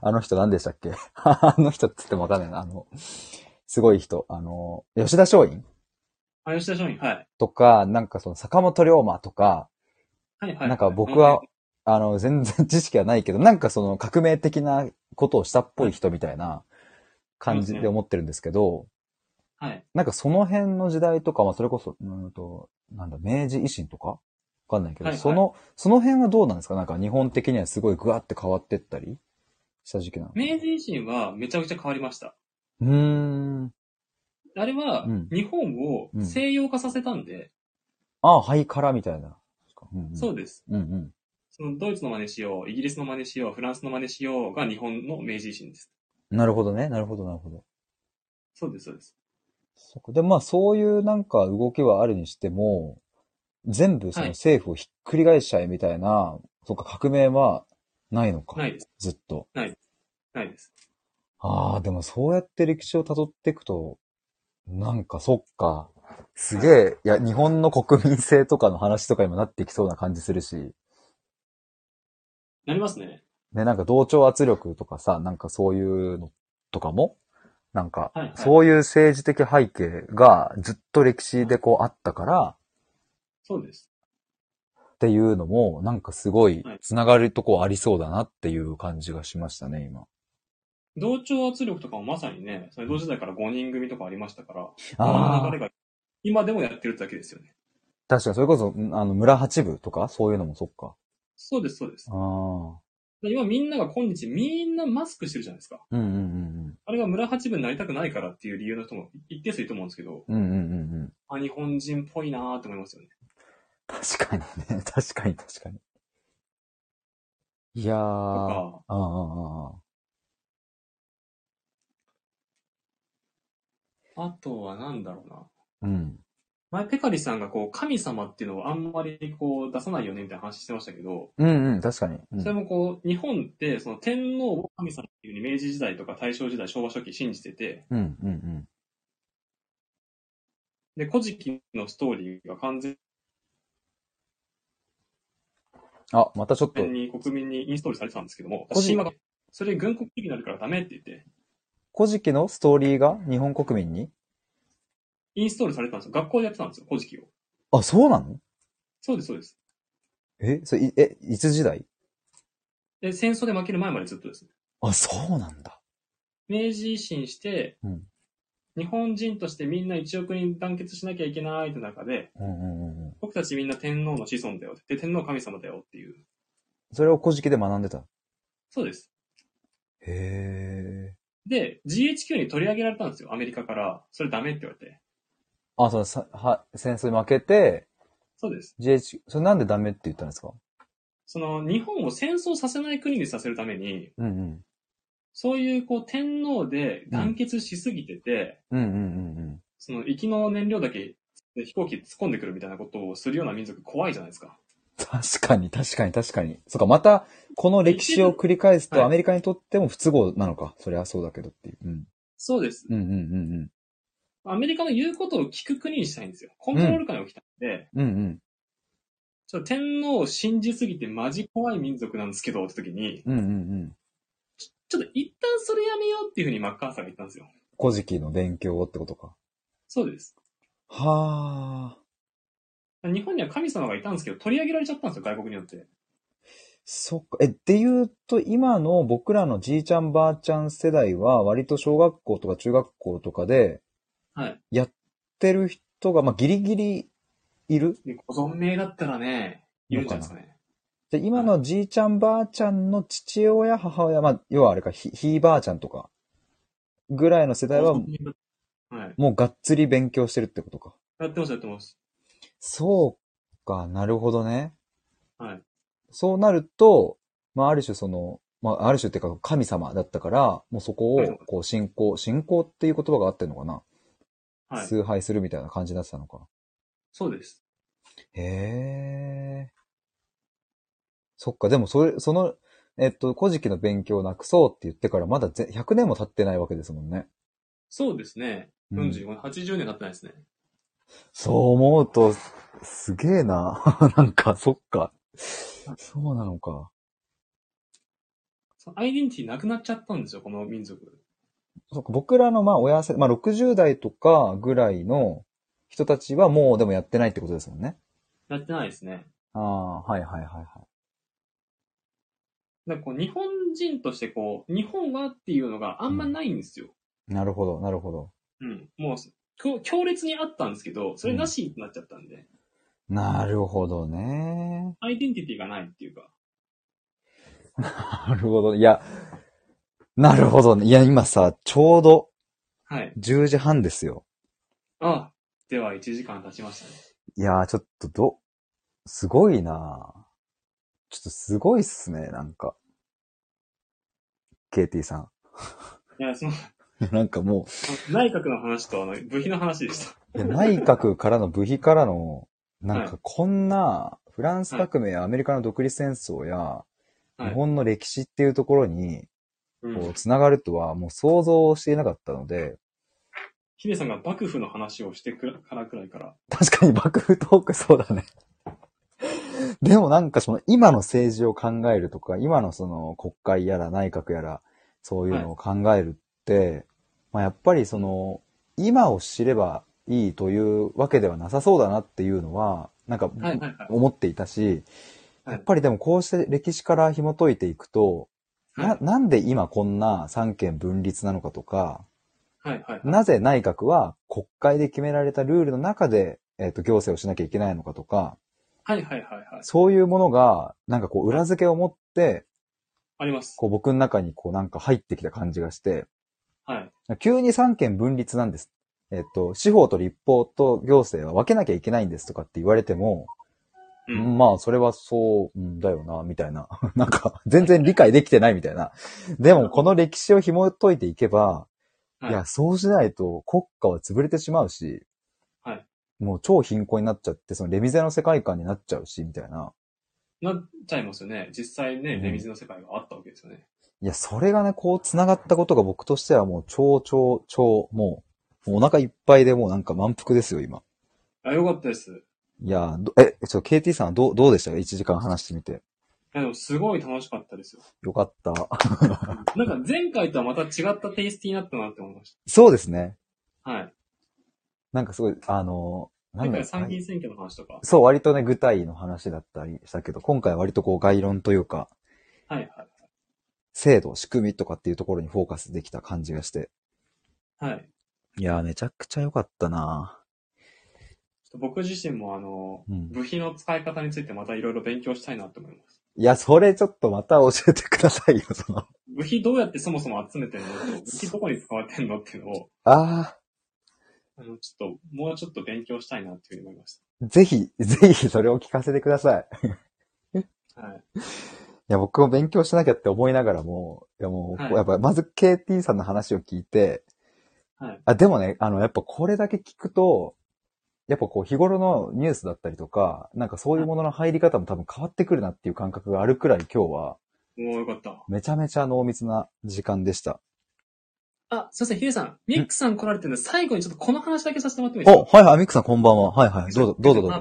[SPEAKER 1] あの人何でしたっけ (laughs) あの人って言ってもわかんないな、あの、すごい人、あの、吉田松陰
[SPEAKER 2] あ、吉田松陰、はい。
[SPEAKER 1] とか、なんかその坂本龍馬とか、
[SPEAKER 2] はい、はい。
[SPEAKER 1] なんか僕は、あの、全然知識はないけど、なんかその革命的なことをしたっぽい人みたいな感じで思ってるんですけど、
[SPEAKER 2] はい。
[SPEAKER 1] なんかその辺の時代とか、まあそれこそ、うーんと、なんだ、明治維新とかわかんないけど、
[SPEAKER 2] はいはい
[SPEAKER 1] その、その辺はどうなんですかなんか日本的にはすごいグワって変わってったりした時期なの
[SPEAKER 2] 明治維新はめちゃくちゃ変わりました。
[SPEAKER 1] うーん。
[SPEAKER 2] あれは
[SPEAKER 1] うん、
[SPEAKER 2] 日本を西洋化させたんで、
[SPEAKER 1] ああ、ハイカラみたいな。うんうん、。
[SPEAKER 2] そううです。
[SPEAKER 1] うんうん。
[SPEAKER 2] そのドイツの真似しよう、イギリスの真似しよう、フランスの真似しようが日本の明治維新です。
[SPEAKER 1] なるほどね。なるほど、なるほど。
[SPEAKER 2] そうです、そうです。
[SPEAKER 1] そっか。で、まあ、そういうなんか動きはあるにしても、全部その
[SPEAKER 2] はい
[SPEAKER 1] 政府をひっくり返しちゃえみたいな、そっか、革命はないのか。
[SPEAKER 2] ないです、
[SPEAKER 1] ずっと。
[SPEAKER 2] ないです。
[SPEAKER 1] ああ、でもそうやって歴史を辿っていくと、なんかそっか。すげえ、いや、日本の国民性とかの話とかにもなってきそうな感じするし、
[SPEAKER 2] なりますね。
[SPEAKER 1] ね、なんか同調圧力とかさ、なんかそういうのとかも、なんか
[SPEAKER 2] はいは、い
[SPEAKER 1] そういう政治的背景がずっと歴史でこうあったから、
[SPEAKER 2] そうです。
[SPEAKER 1] っていうのも、なんかすごい
[SPEAKER 2] はい、
[SPEAKER 1] つながるとこありそうだなっていう感じがしましたね、今。
[SPEAKER 2] 同調圧力とかもまさにね、それ同時代から5人組とかありましたから、この
[SPEAKER 1] あ
[SPEAKER 2] 流
[SPEAKER 1] あ、
[SPEAKER 2] れが今でもやってるってだけですよね。
[SPEAKER 1] 確かに、それこそ、んあの、村八部とか、そういうのもそっか。
[SPEAKER 2] そうです、そうです
[SPEAKER 1] あ。あ、
[SPEAKER 2] で今みんなが今日みんなマスクしてるじゃないですか。
[SPEAKER 1] うんうんうん
[SPEAKER 2] あれが村八分になりたくないからっていう理由の人も一定数いると思うんですけど、
[SPEAKER 1] うん。うんうんうんうん。
[SPEAKER 2] あ、日本人っぽいなーって思いますよね。
[SPEAKER 1] 確かにね、 (laughs) 確かに確かに。いやー、
[SPEAKER 2] と
[SPEAKER 1] あ
[SPEAKER 2] か、
[SPEAKER 1] あ、ああ、あ
[SPEAKER 2] あとはなんだろうな。
[SPEAKER 1] あうん。
[SPEAKER 2] 前、ペカリさんがこう、神様っていうのをあんまりこう、出さないよねみたいな話してましたけど、
[SPEAKER 1] うんうん、確かに。うん
[SPEAKER 2] それもこう、日本って、その天皇を神様っていうふうに明治時代とか大正時代、昭和初期信じてて、
[SPEAKER 1] うんうんうん。
[SPEAKER 2] で、古事記のストーリーが完全
[SPEAKER 1] あ、またちょっと、
[SPEAKER 2] に国民にインストールされてたんですけども、
[SPEAKER 1] 古事記
[SPEAKER 2] 神話が、それ軍国主義になるからダメって言って、
[SPEAKER 1] 古事記のストーリーが日本国民に
[SPEAKER 2] インストールされてたんですよ。学校でやってたんですよ、古事記を。
[SPEAKER 1] あ、そうなの
[SPEAKER 2] そうです、そうです。
[SPEAKER 1] え、それ、いえ、いつ時代
[SPEAKER 2] で、戦争で負ける前までずっとですね。
[SPEAKER 1] あ、そうなんだ。
[SPEAKER 2] 明治維新して、
[SPEAKER 1] うん
[SPEAKER 2] 日本人としてみんな1億人団結しなきゃいけないって中で、
[SPEAKER 1] うんうんうんうん。
[SPEAKER 2] 僕たちみんな天皇の子孫だよ。で、天皇神様だよっていう。
[SPEAKER 1] それを古事記で学んでた。
[SPEAKER 2] そうです。
[SPEAKER 1] へえ。
[SPEAKER 2] で、GHQ に取り上げられたんですよ、アメリカから。それダメって言われて。
[SPEAKER 1] あ、そのさ、は、戦争に負けて、
[SPEAKER 2] そうです。
[SPEAKER 1] GH、それなんでダメって言ったんですか
[SPEAKER 2] その、日本を戦争させない国にさせるために、
[SPEAKER 1] うんうん。
[SPEAKER 2] そういう、こう、天皇で団結しすぎてて、
[SPEAKER 1] うんうんうんうん。
[SPEAKER 2] その、行きの燃料だけ飛行機突っ込んでくるみたいなことをするような民族怖いじゃないですか。
[SPEAKER 1] 確かに、確かに、確かに。そっか、また、この歴史を繰り返す
[SPEAKER 2] は
[SPEAKER 1] と、
[SPEAKER 2] い
[SPEAKER 1] アメリカにとっても不都合なのか。そりゃそうだけどっていう。うん。
[SPEAKER 2] そうです。
[SPEAKER 1] うんうんうん
[SPEAKER 2] アメリカの言うことを聞く国にしたいんですよ。コントロール下に置きたいんで、
[SPEAKER 1] うん。うんうん。
[SPEAKER 2] ちょっと天皇を信じすぎてマジ怖い民族なんですけど、って時に、
[SPEAKER 1] うんうんうん。
[SPEAKER 2] ちょっと一旦それやめようっていうふうにマッカーサーが言ったんですよ。
[SPEAKER 1] 古事記の勉強をってことか。
[SPEAKER 2] そうです。
[SPEAKER 1] はあ。
[SPEAKER 2] 日本には神様がいたんですけど、取り上げられちゃったんですよ、外国によって。
[SPEAKER 1] そっか。え、っていうと、今の僕らのじいちゃんばあちゃん世代は、割と小学校とか中学校とかで、
[SPEAKER 2] はい。
[SPEAKER 1] やってる人が、まあ、ギリギリいる
[SPEAKER 2] でご存命だったらね、言うじゃないですかね。
[SPEAKER 1] で、今のじいちゃんばあちゃんの父親、母親、まあ、要はあれか、ひ、ひいばあちゃんとか、ぐらいの世代は、
[SPEAKER 2] はい。
[SPEAKER 1] もうがっつり勉強してるってことか。
[SPEAKER 2] やってます、やってます。
[SPEAKER 1] そうか、なるほどね。
[SPEAKER 2] はい。
[SPEAKER 1] そうなると、まあ、ある種その、まあ、ある種っていうか、神様だったから、もうそこを
[SPEAKER 2] はい、
[SPEAKER 1] こう、信仰、信仰っていう言葉があってるのかな、
[SPEAKER 2] はい。
[SPEAKER 1] 崇拝するみたいな感じになってたのか。
[SPEAKER 2] そうです。
[SPEAKER 1] へえ。そっか、でもそれ、その、えっと、古事記の勉強をなくそうって言ってから、まだぜ100年も経ってないわけですもんね。
[SPEAKER 2] そうですね。
[SPEAKER 1] うん
[SPEAKER 2] 45年、80年経ってないですね。
[SPEAKER 1] そう思うと、すげえな。 (laughs) なんか、そっか。そうなのか。
[SPEAKER 2] そのアイデンティティなくなっちゃったんですよ、この民族。
[SPEAKER 1] そっか僕らの、まあ、親世、まあ、60代とかぐらいの人たちはもうでもやってないってことですもんね。
[SPEAKER 2] やってないですね。
[SPEAKER 1] ああ、はいはいはいはい。
[SPEAKER 2] なんかこう日本人としてこう、日本はっていうのがあんまないんですよ。
[SPEAKER 1] なるほど、なるほど。
[SPEAKER 2] うん。もう強、強烈にあったんですけど、それなしになっちゃったんで、
[SPEAKER 1] なるほどね。
[SPEAKER 2] アイデンティティがないっていうか。
[SPEAKER 1] なるほど。いや、なるほどね。いや、今さ、ちょうど
[SPEAKER 2] はい。
[SPEAKER 1] 10時半ですよ。
[SPEAKER 2] ああでは1時間経ちましたね。
[SPEAKER 1] いやー、ちょっとど、すごいなーちょっとすごいっすね、なんか。KT さん
[SPEAKER 2] いや、その、 (laughs)
[SPEAKER 1] いや。なんかも
[SPEAKER 2] 内閣の話とあの、部費の話でした。
[SPEAKER 1] う、いや内閣からの部費からの、なん
[SPEAKER 2] は
[SPEAKER 1] かこんな、フランス革命やアメリカの独立戦争や、
[SPEAKER 2] はい
[SPEAKER 1] 日本の歴史っていうところに、
[SPEAKER 2] う
[SPEAKER 1] こう、
[SPEAKER 2] ん。
[SPEAKER 1] つながるとはもう想像していなかったので、
[SPEAKER 2] ヒデさんが幕府の話をしてくらからくらいから。
[SPEAKER 1] 確かに幕府トークそうだね。でもなんかその今の政治を考えるとか、今のその国会やら内閣やら、そういうのを考えるって、まあやっぱりその、今を知ればいいというわけではなさそうだなっていうのは、なんか
[SPEAKER 2] はいはいはい。
[SPEAKER 1] 思っていたし、
[SPEAKER 2] はい
[SPEAKER 1] やっぱりでもこうして歴史から紐解いていくと、
[SPEAKER 2] は
[SPEAKER 1] な、なんで今こんな三権分立なのかとか、
[SPEAKER 2] いはいはい。
[SPEAKER 1] なぜ内閣は国会で決められたルールの中で、えっ、と、行政をしなきゃいけないのかとか、
[SPEAKER 2] はいはいはいはい。
[SPEAKER 1] そういうものが、なんかこう、裏付けを持って、
[SPEAKER 2] あります。
[SPEAKER 1] こう、僕の中にこう、なんか入ってきた感じがして、
[SPEAKER 2] はい。
[SPEAKER 1] 急に三権分立なんです。えっ、と、司法と立法と行政は分けなきゃいけないんですとかって言われても、
[SPEAKER 2] うん。
[SPEAKER 1] まあ、それはそううんだよな、みたいな。 (laughs) なんか、全然理解できてないみたいな。でも、この歴史を紐解いていけば、
[SPEAKER 2] はい
[SPEAKER 1] いや、そうしないと国家は潰れてしまうし、
[SPEAKER 2] はい
[SPEAKER 1] もう超貧困になっちゃって、そのレミゼの世界観になっちゃうし、みたいな。
[SPEAKER 2] なっちゃいますよね。実際ね、
[SPEAKER 1] うん
[SPEAKER 2] レミゼの世界があったわけですよね。
[SPEAKER 1] いや、それがね、こう繋がったことが僕としてはもう超超超、もう、もうお腹いっぱいでもうなんか満腹ですよ、今。
[SPEAKER 2] あ、よかったです。い
[SPEAKER 1] いや、どえ、ちょ、KT さんはどう、どうでしたか ?1 時間話してみて。
[SPEAKER 2] や、でもすごい楽しかったですよ。
[SPEAKER 1] よかった。 (laughs)
[SPEAKER 2] なんか前回とはまた違ったテイストになったなって思いまし
[SPEAKER 1] そうですね。
[SPEAKER 2] た。はい。
[SPEAKER 1] なんかすごい、あの、な
[SPEAKER 2] 前
[SPEAKER 1] んだ
[SPEAKER 2] 回
[SPEAKER 1] ろ
[SPEAKER 2] は
[SPEAKER 1] う
[SPEAKER 2] 参議院選挙の話とか。
[SPEAKER 1] そう、割とね、具体の話だったりしたけど、今回は割とこう概論というか、
[SPEAKER 2] はいは
[SPEAKER 1] 制度、仕組みとかっていうところにフォーカスできた感じがして、
[SPEAKER 2] い。はい。ちょ
[SPEAKER 1] いやー、めちゃくちゃ良かったな
[SPEAKER 2] っと僕自身もあの、
[SPEAKER 1] うん
[SPEAKER 2] 部費の使い方についてまたいろいろ勉強したいなって思います。
[SPEAKER 1] いや、それちょっとまた教えてくださいよ、その。
[SPEAKER 2] 部費どうやってそもそも集めてんの (laughs) 部費どこに使われてんのっていうのを、
[SPEAKER 1] あ
[SPEAKER 2] あの、ちょっと、もうちょっと勉強したいなっていうふうに思いまし
[SPEAKER 1] あ、ぜひ、ぜひそれを聞かせてください。
[SPEAKER 2] た。はい。
[SPEAKER 1] いや、僕も勉強しなきゃって思いながらも、いやもう、
[SPEAKER 2] はい
[SPEAKER 1] やっぱまず KT さんの話を聞いて、
[SPEAKER 2] はい
[SPEAKER 1] あ、でもね、あの、やっぱこれだけ聞くと、やっぱこう日頃のニュースだったりとか、なんかそういうものの入り方も多分変わってくるなっていう感覚があるくらい今日は、
[SPEAKER 2] もうよかった。
[SPEAKER 1] めちゃめちゃ濃密な時間でした。
[SPEAKER 2] あ、すいません、ヒデさん。ミックさん来られてるんで、最後にちょっとこの話だけさせてもらってもいいです
[SPEAKER 1] お、
[SPEAKER 2] か
[SPEAKER 1] はいはい、ミックさんこんばんは。はいはい、どうぞ、どうぞどうぞ。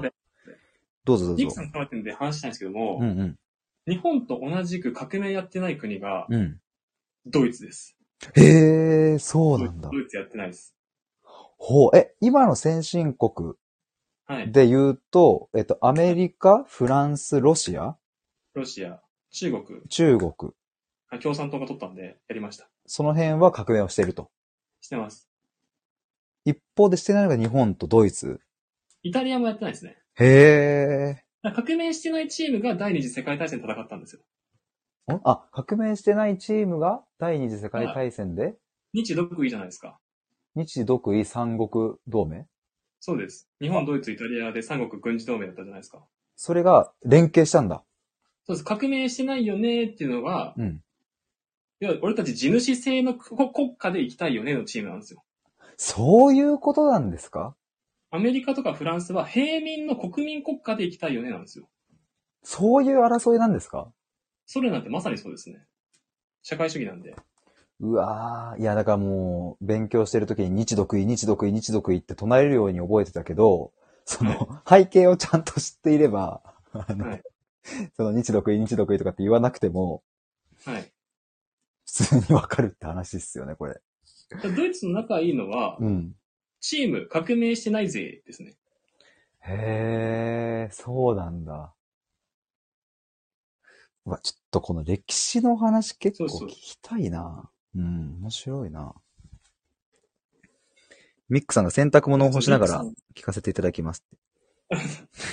[SPEAKER 1] どうぞどう
[SPEAKER 2] ミック
[SPEAKER 1] ぞ
[SPEAKER 2] さ。ん来られてるんで話したいんですけども、
[SPEAKER 1] うんうん。
[SPEAKER 2] 日本と同じく革命やってない国が
[SPEAKER 1] うん。
[SPEAKER 2] ドイツです。
[SPEAKER 1] へえ、そうなんだ
[SPEAKER 2] ド。イツやってないです。
[SPEAKER 1] ほう、え、今の先進国
[SPEAKER 2] はい。
[SPEAKER 1] で言うと、えっと、アメリカ、フランス、ロシア、
[SPEAKER 2] ロシア、中国、
[SPEAKER 1] 中国、
[SPEAKER 2] あ共産党が取ったんで、やりました。
[SPEAKER 1] その辺は革命をしていると。
[SPEAKER 2] してます。
[SPEAKER 1] 一方でしてないのが日本とドイツ。
[SPEAKER 2] イタリアもやってないですね。
[SPEAKER 1] へ
[SPEAKER 2] だから革命してないチームが第二次世界大戦戦ったんですよ。
[SPEAKER 1] ー。んあ、革命してないチームが第二次世界大戦で、
[SPEAKER 2] 日独位じゃないですか。
[SPEAKER 1] 日独位三国同盟
[SPEAKER 2] そうです。日本、ドイツ、イタリアで三国軍事同盟だったじゃないですか。
[SPEAKER 1] それが連携したんだ。
[SPEAKER 2] そうです。革命してないよねっていうのが、
[SPEAKER 1] うん。
[SPEAKER 2] いや俺たち地主制の国国家で行きたいよねのチームなんですよ。
[SPEAKER 1] そういうことなんですか
[SPEAKER 2] アメリカとかフランスは平民の国民国家で行きたいよねなんですよ。
[SPEAKER 1] そういう争いなんですか
[SPEAKER 2] ソ連なんてまさにそうですね。社会主義なんで。
[SPEAKER 1] うわー。いや、だからもう、勉強してる時に日独位、日独位、日独位って唱えるように覚えてたけど、その、背景をちゃんと知っていれば、あの、
[SPEAKER 2] はい
[SPEAKER 1] その日独位、日独位とかって言わなくても、
[SPEAKER 2] はい。
[SPEAKER 1] 普通にわかるって話っすよね、これ。
[SPEAKER 2] だからドイツの仲いいのは、
[SPEAKER 1] うん。
[SPEAKER 2] チーム革命してないぜですね。
[SPEAKER 1] へえ、そうなんだ。うわ、ちょっとこの歴史の話結構
[SPEAKER 2] そうそう
[SPEAKER 1] 聞きたいな。うん、面白いな。ミックさんが洗濯物を干しながら
[SPEAKER 2] ミッ
[SPEAKER 1] 聞かせていただきます。
[SPEAKER 2] ク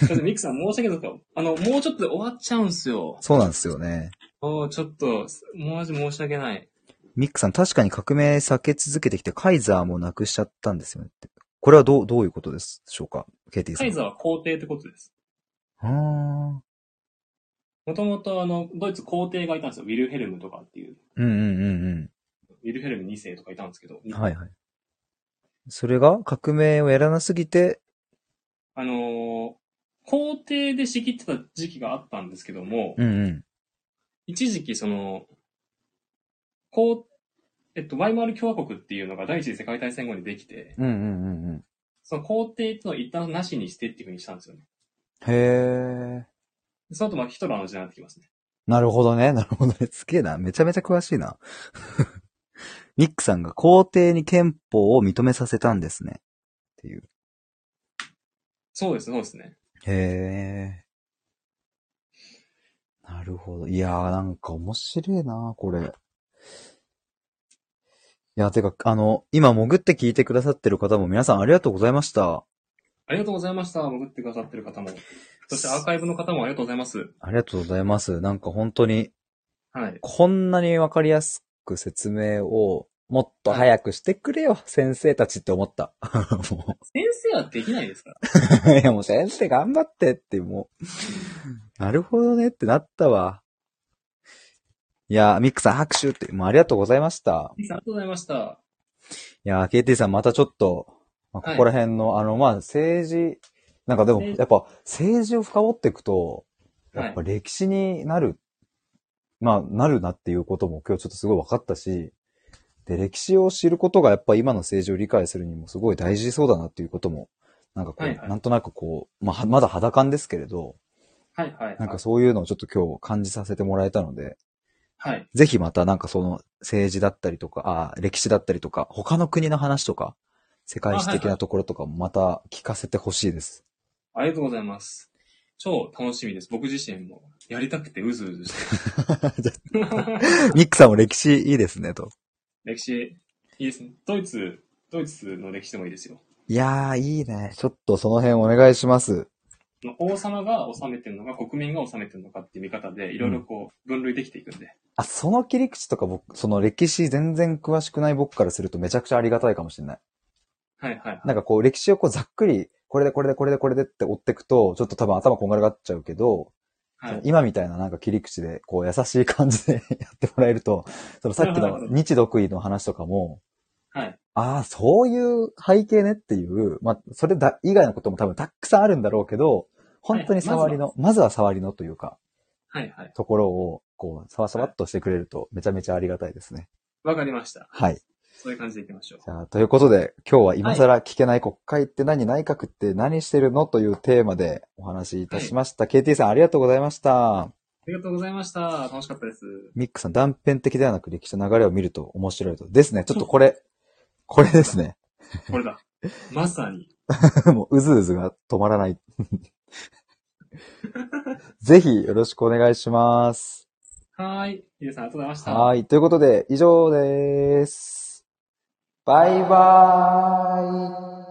[SPEAKER 2] さん、ミックさん申し訳ないですがあの、もうちょっとで終わっちゃうんすよ。
[SPEAKER 1] そうなんですよね。
[SPEAKER 2] おーちょっと、もう申し訳ない。
[SPEAKER 1] ミックさん確かに革命避け続けてきてカイザーもなくしちゃったんですよねって。これはどう、どういうことでしょうかケイティさ
[SPEAKER 2] カ
[SPEAKER 1] ん。
[SPEAKER 2] イザーは皇帝ってことです。
[SPEAKER 1] うーん。
[SPEAKER 2] もともとあの、ドイツ皇帝がいたんですよ。ウィルヘルムとかっていう。
[SPEAKER 1] うんうんうん
[SPEAKER 2] ウィルヘルム2世とかいたんですけど。
[SPEAKER 1] うん。はいはい。それが革命をやらなすぎて、
[SPEAKER 2] あのー皇帝で仕切ってた時期があったんですけども、
[SPEAKER 1] うんうん。
[SPEAKER 2] 一時期その、皇、えっと、ワイマール共和国っていうのが第一次世界大戦後にできて、
[SPEAKER 1] うんうんうんうん。
[SPEAKER 2] その皇帝っていうのを一旦なしにしてっていうふうにしたんですよね。
[SPEAKER 1] へえ。
[SPEAKER 2] でその後まあヒトラーの時代になってきますね。
[SPEAKER 1] なるほどね。なるほどね。すげえな。めちゃめちゃ詳しいな。 (laughs) ミックさんが皇帝に憲法を認めさせたんですね。っていう。
[SPEAKER 2] そうです、そうですね。
[SPEAKER 1] へえ。なるほど。いやー、なんか面白いな、これ。いや、てか、あの、今潜って聞いてくださってる方も皆さんありがとうございました。
[SPEAKER 2] ありがとうございました。潜ってくださってる方も。そしてアーカイブの方もありがとうございます。
[SPEAKER 1] ありがとうございます。なんか本当に
[SPEAKER 2] はい。
[SPEAKER 1] こんなにわかりやすく説明をもっと早くしてくれよ、先生たちって思った。も
[SPEAKER 2] 先生はできないですか
[SPEAKER 1] (laughs)
[SPEAKER 2] ら。
[SPEAKER 1] う、いやもう先生頑張ってって、もう、なるほどねってなったわ。いやー、ミックさん拍手って、もうありがとうございました。
[SPEAKER 2] ミキさんありがとうございました。
[SPEAKER 1] いやー、KT さんまたちょっと、まあ
[SPEAKER 2] はい
[SPEAKER 1] ここら辺の、あの、まあ、政治、なんかでも、
[SPEAKER 2] 政治
[SPEAKER 1] やっぱ政治を深掘っていくと、
[SPEAKER 2] は
[SPEAKER 1] やっ
[SPEAKER 2] い
[SPEAKER 1] ぱ。歴史になる、まあ、なるなっていうことも今日ちょっとすごい分かったし、で、歴史を知ることがやっぱ今の政治を理解するにもすごい大事そうだなっていうことも、なんかこう、
[SPEAKER 2] はいはい
[SPEAKER 1] なんとなくこう、まあ、はまだ裸感ですけれど、
[SPEAKER 2] はい、はい。
[SPEAKER 1] なんかそういうのをちょっと今日感じさせてもらえたので、
[SPEAKER 2] はい。
[SPEAKER 1] ぜひまたなんかその政治だったりとか、あー歴史だったりとか、他の国の話とか、世界史的なところとかもまた聞かせてほしいです。
[SPEAKER 2] ありがとうございます。超楽しみです。僕自身もやりたくてうずうずしてる。
[SPEAKER 1] (laughs) ミックさんも歴史いいですね、と。
[SPEAKER 2] 歴史、いいですね。ドイツ、ドイツの歴史でもいいですよ。
[SPEAKER 1] いやー、いいね。ちょっとその辺お願いします。
[SPEAKER 2] その王様が治めてるのか、国民が治めてるのかっていう見方で、いろいろこう、分類できていくんで。
[SPEAKER 1] あ、その切り口とか僕、その歴史全然詳しくない僕からするとめちゃくちゃありがたいかもしれない。
[SPEAKER 2] はいはい。
[SPEAKER 1] なんかこう歴史をこうざっくり、これでこれでこれでこれでって追っていくと、ちょっと多分頭こんがらがっちゃうけど、
[SPEAKER 2] はい。
[SPEAKER 1] 今みたいななんか切り口で、こう優しい感じで (laughs) やってもらえると、そのさっき
[SPEAKER 2] なるほ
[SPEAKER 1] の
[SPEAKER 2] ど
[SPEAKER 1] 日独位の話とかも、
[SPEAKER 2] はい。
[SPEAKER 1] ああ、そういう背景ねっていう、まあ、それだ、以外のことも多分たくさんあるんだろうけど、本当に触りの、まずは触りのというか、
[SPEAKER 2] はいはい。
[SPEAKER 1] ところを、こう、さわさわっとしてくれると、めちゃめちゃありがたいですね。
[SPEAKER 2] わかりました。
[SPEAKER 1] はい。
[SPEAKER 2] そういう感じでいきましょう。
[SPEAKER 1] じゃあ、ということで、今日は今更聞けない国会って何、内閣って何してるのというテーマでお話しいたしました。KT さんありがとうございました。
[SPEAKER 2] ありがとうございました。楽しかったです。
[SPEAKER 1] ミックさん断片的ではなく歴史の流れを見ると面白いと。ですね。ちょっとこれ、これですね。 (laughs)
[SPEAKER 2] これだ。まさに。
[SPEAKER 1] もううずうずが止まらない。ぜひよろしくお願いします。
[SPEAKER 2] はーい。ゆうさん、ありがとうございました。
[SPEAKER 1] はい。ということで、以上です。バイバーイ。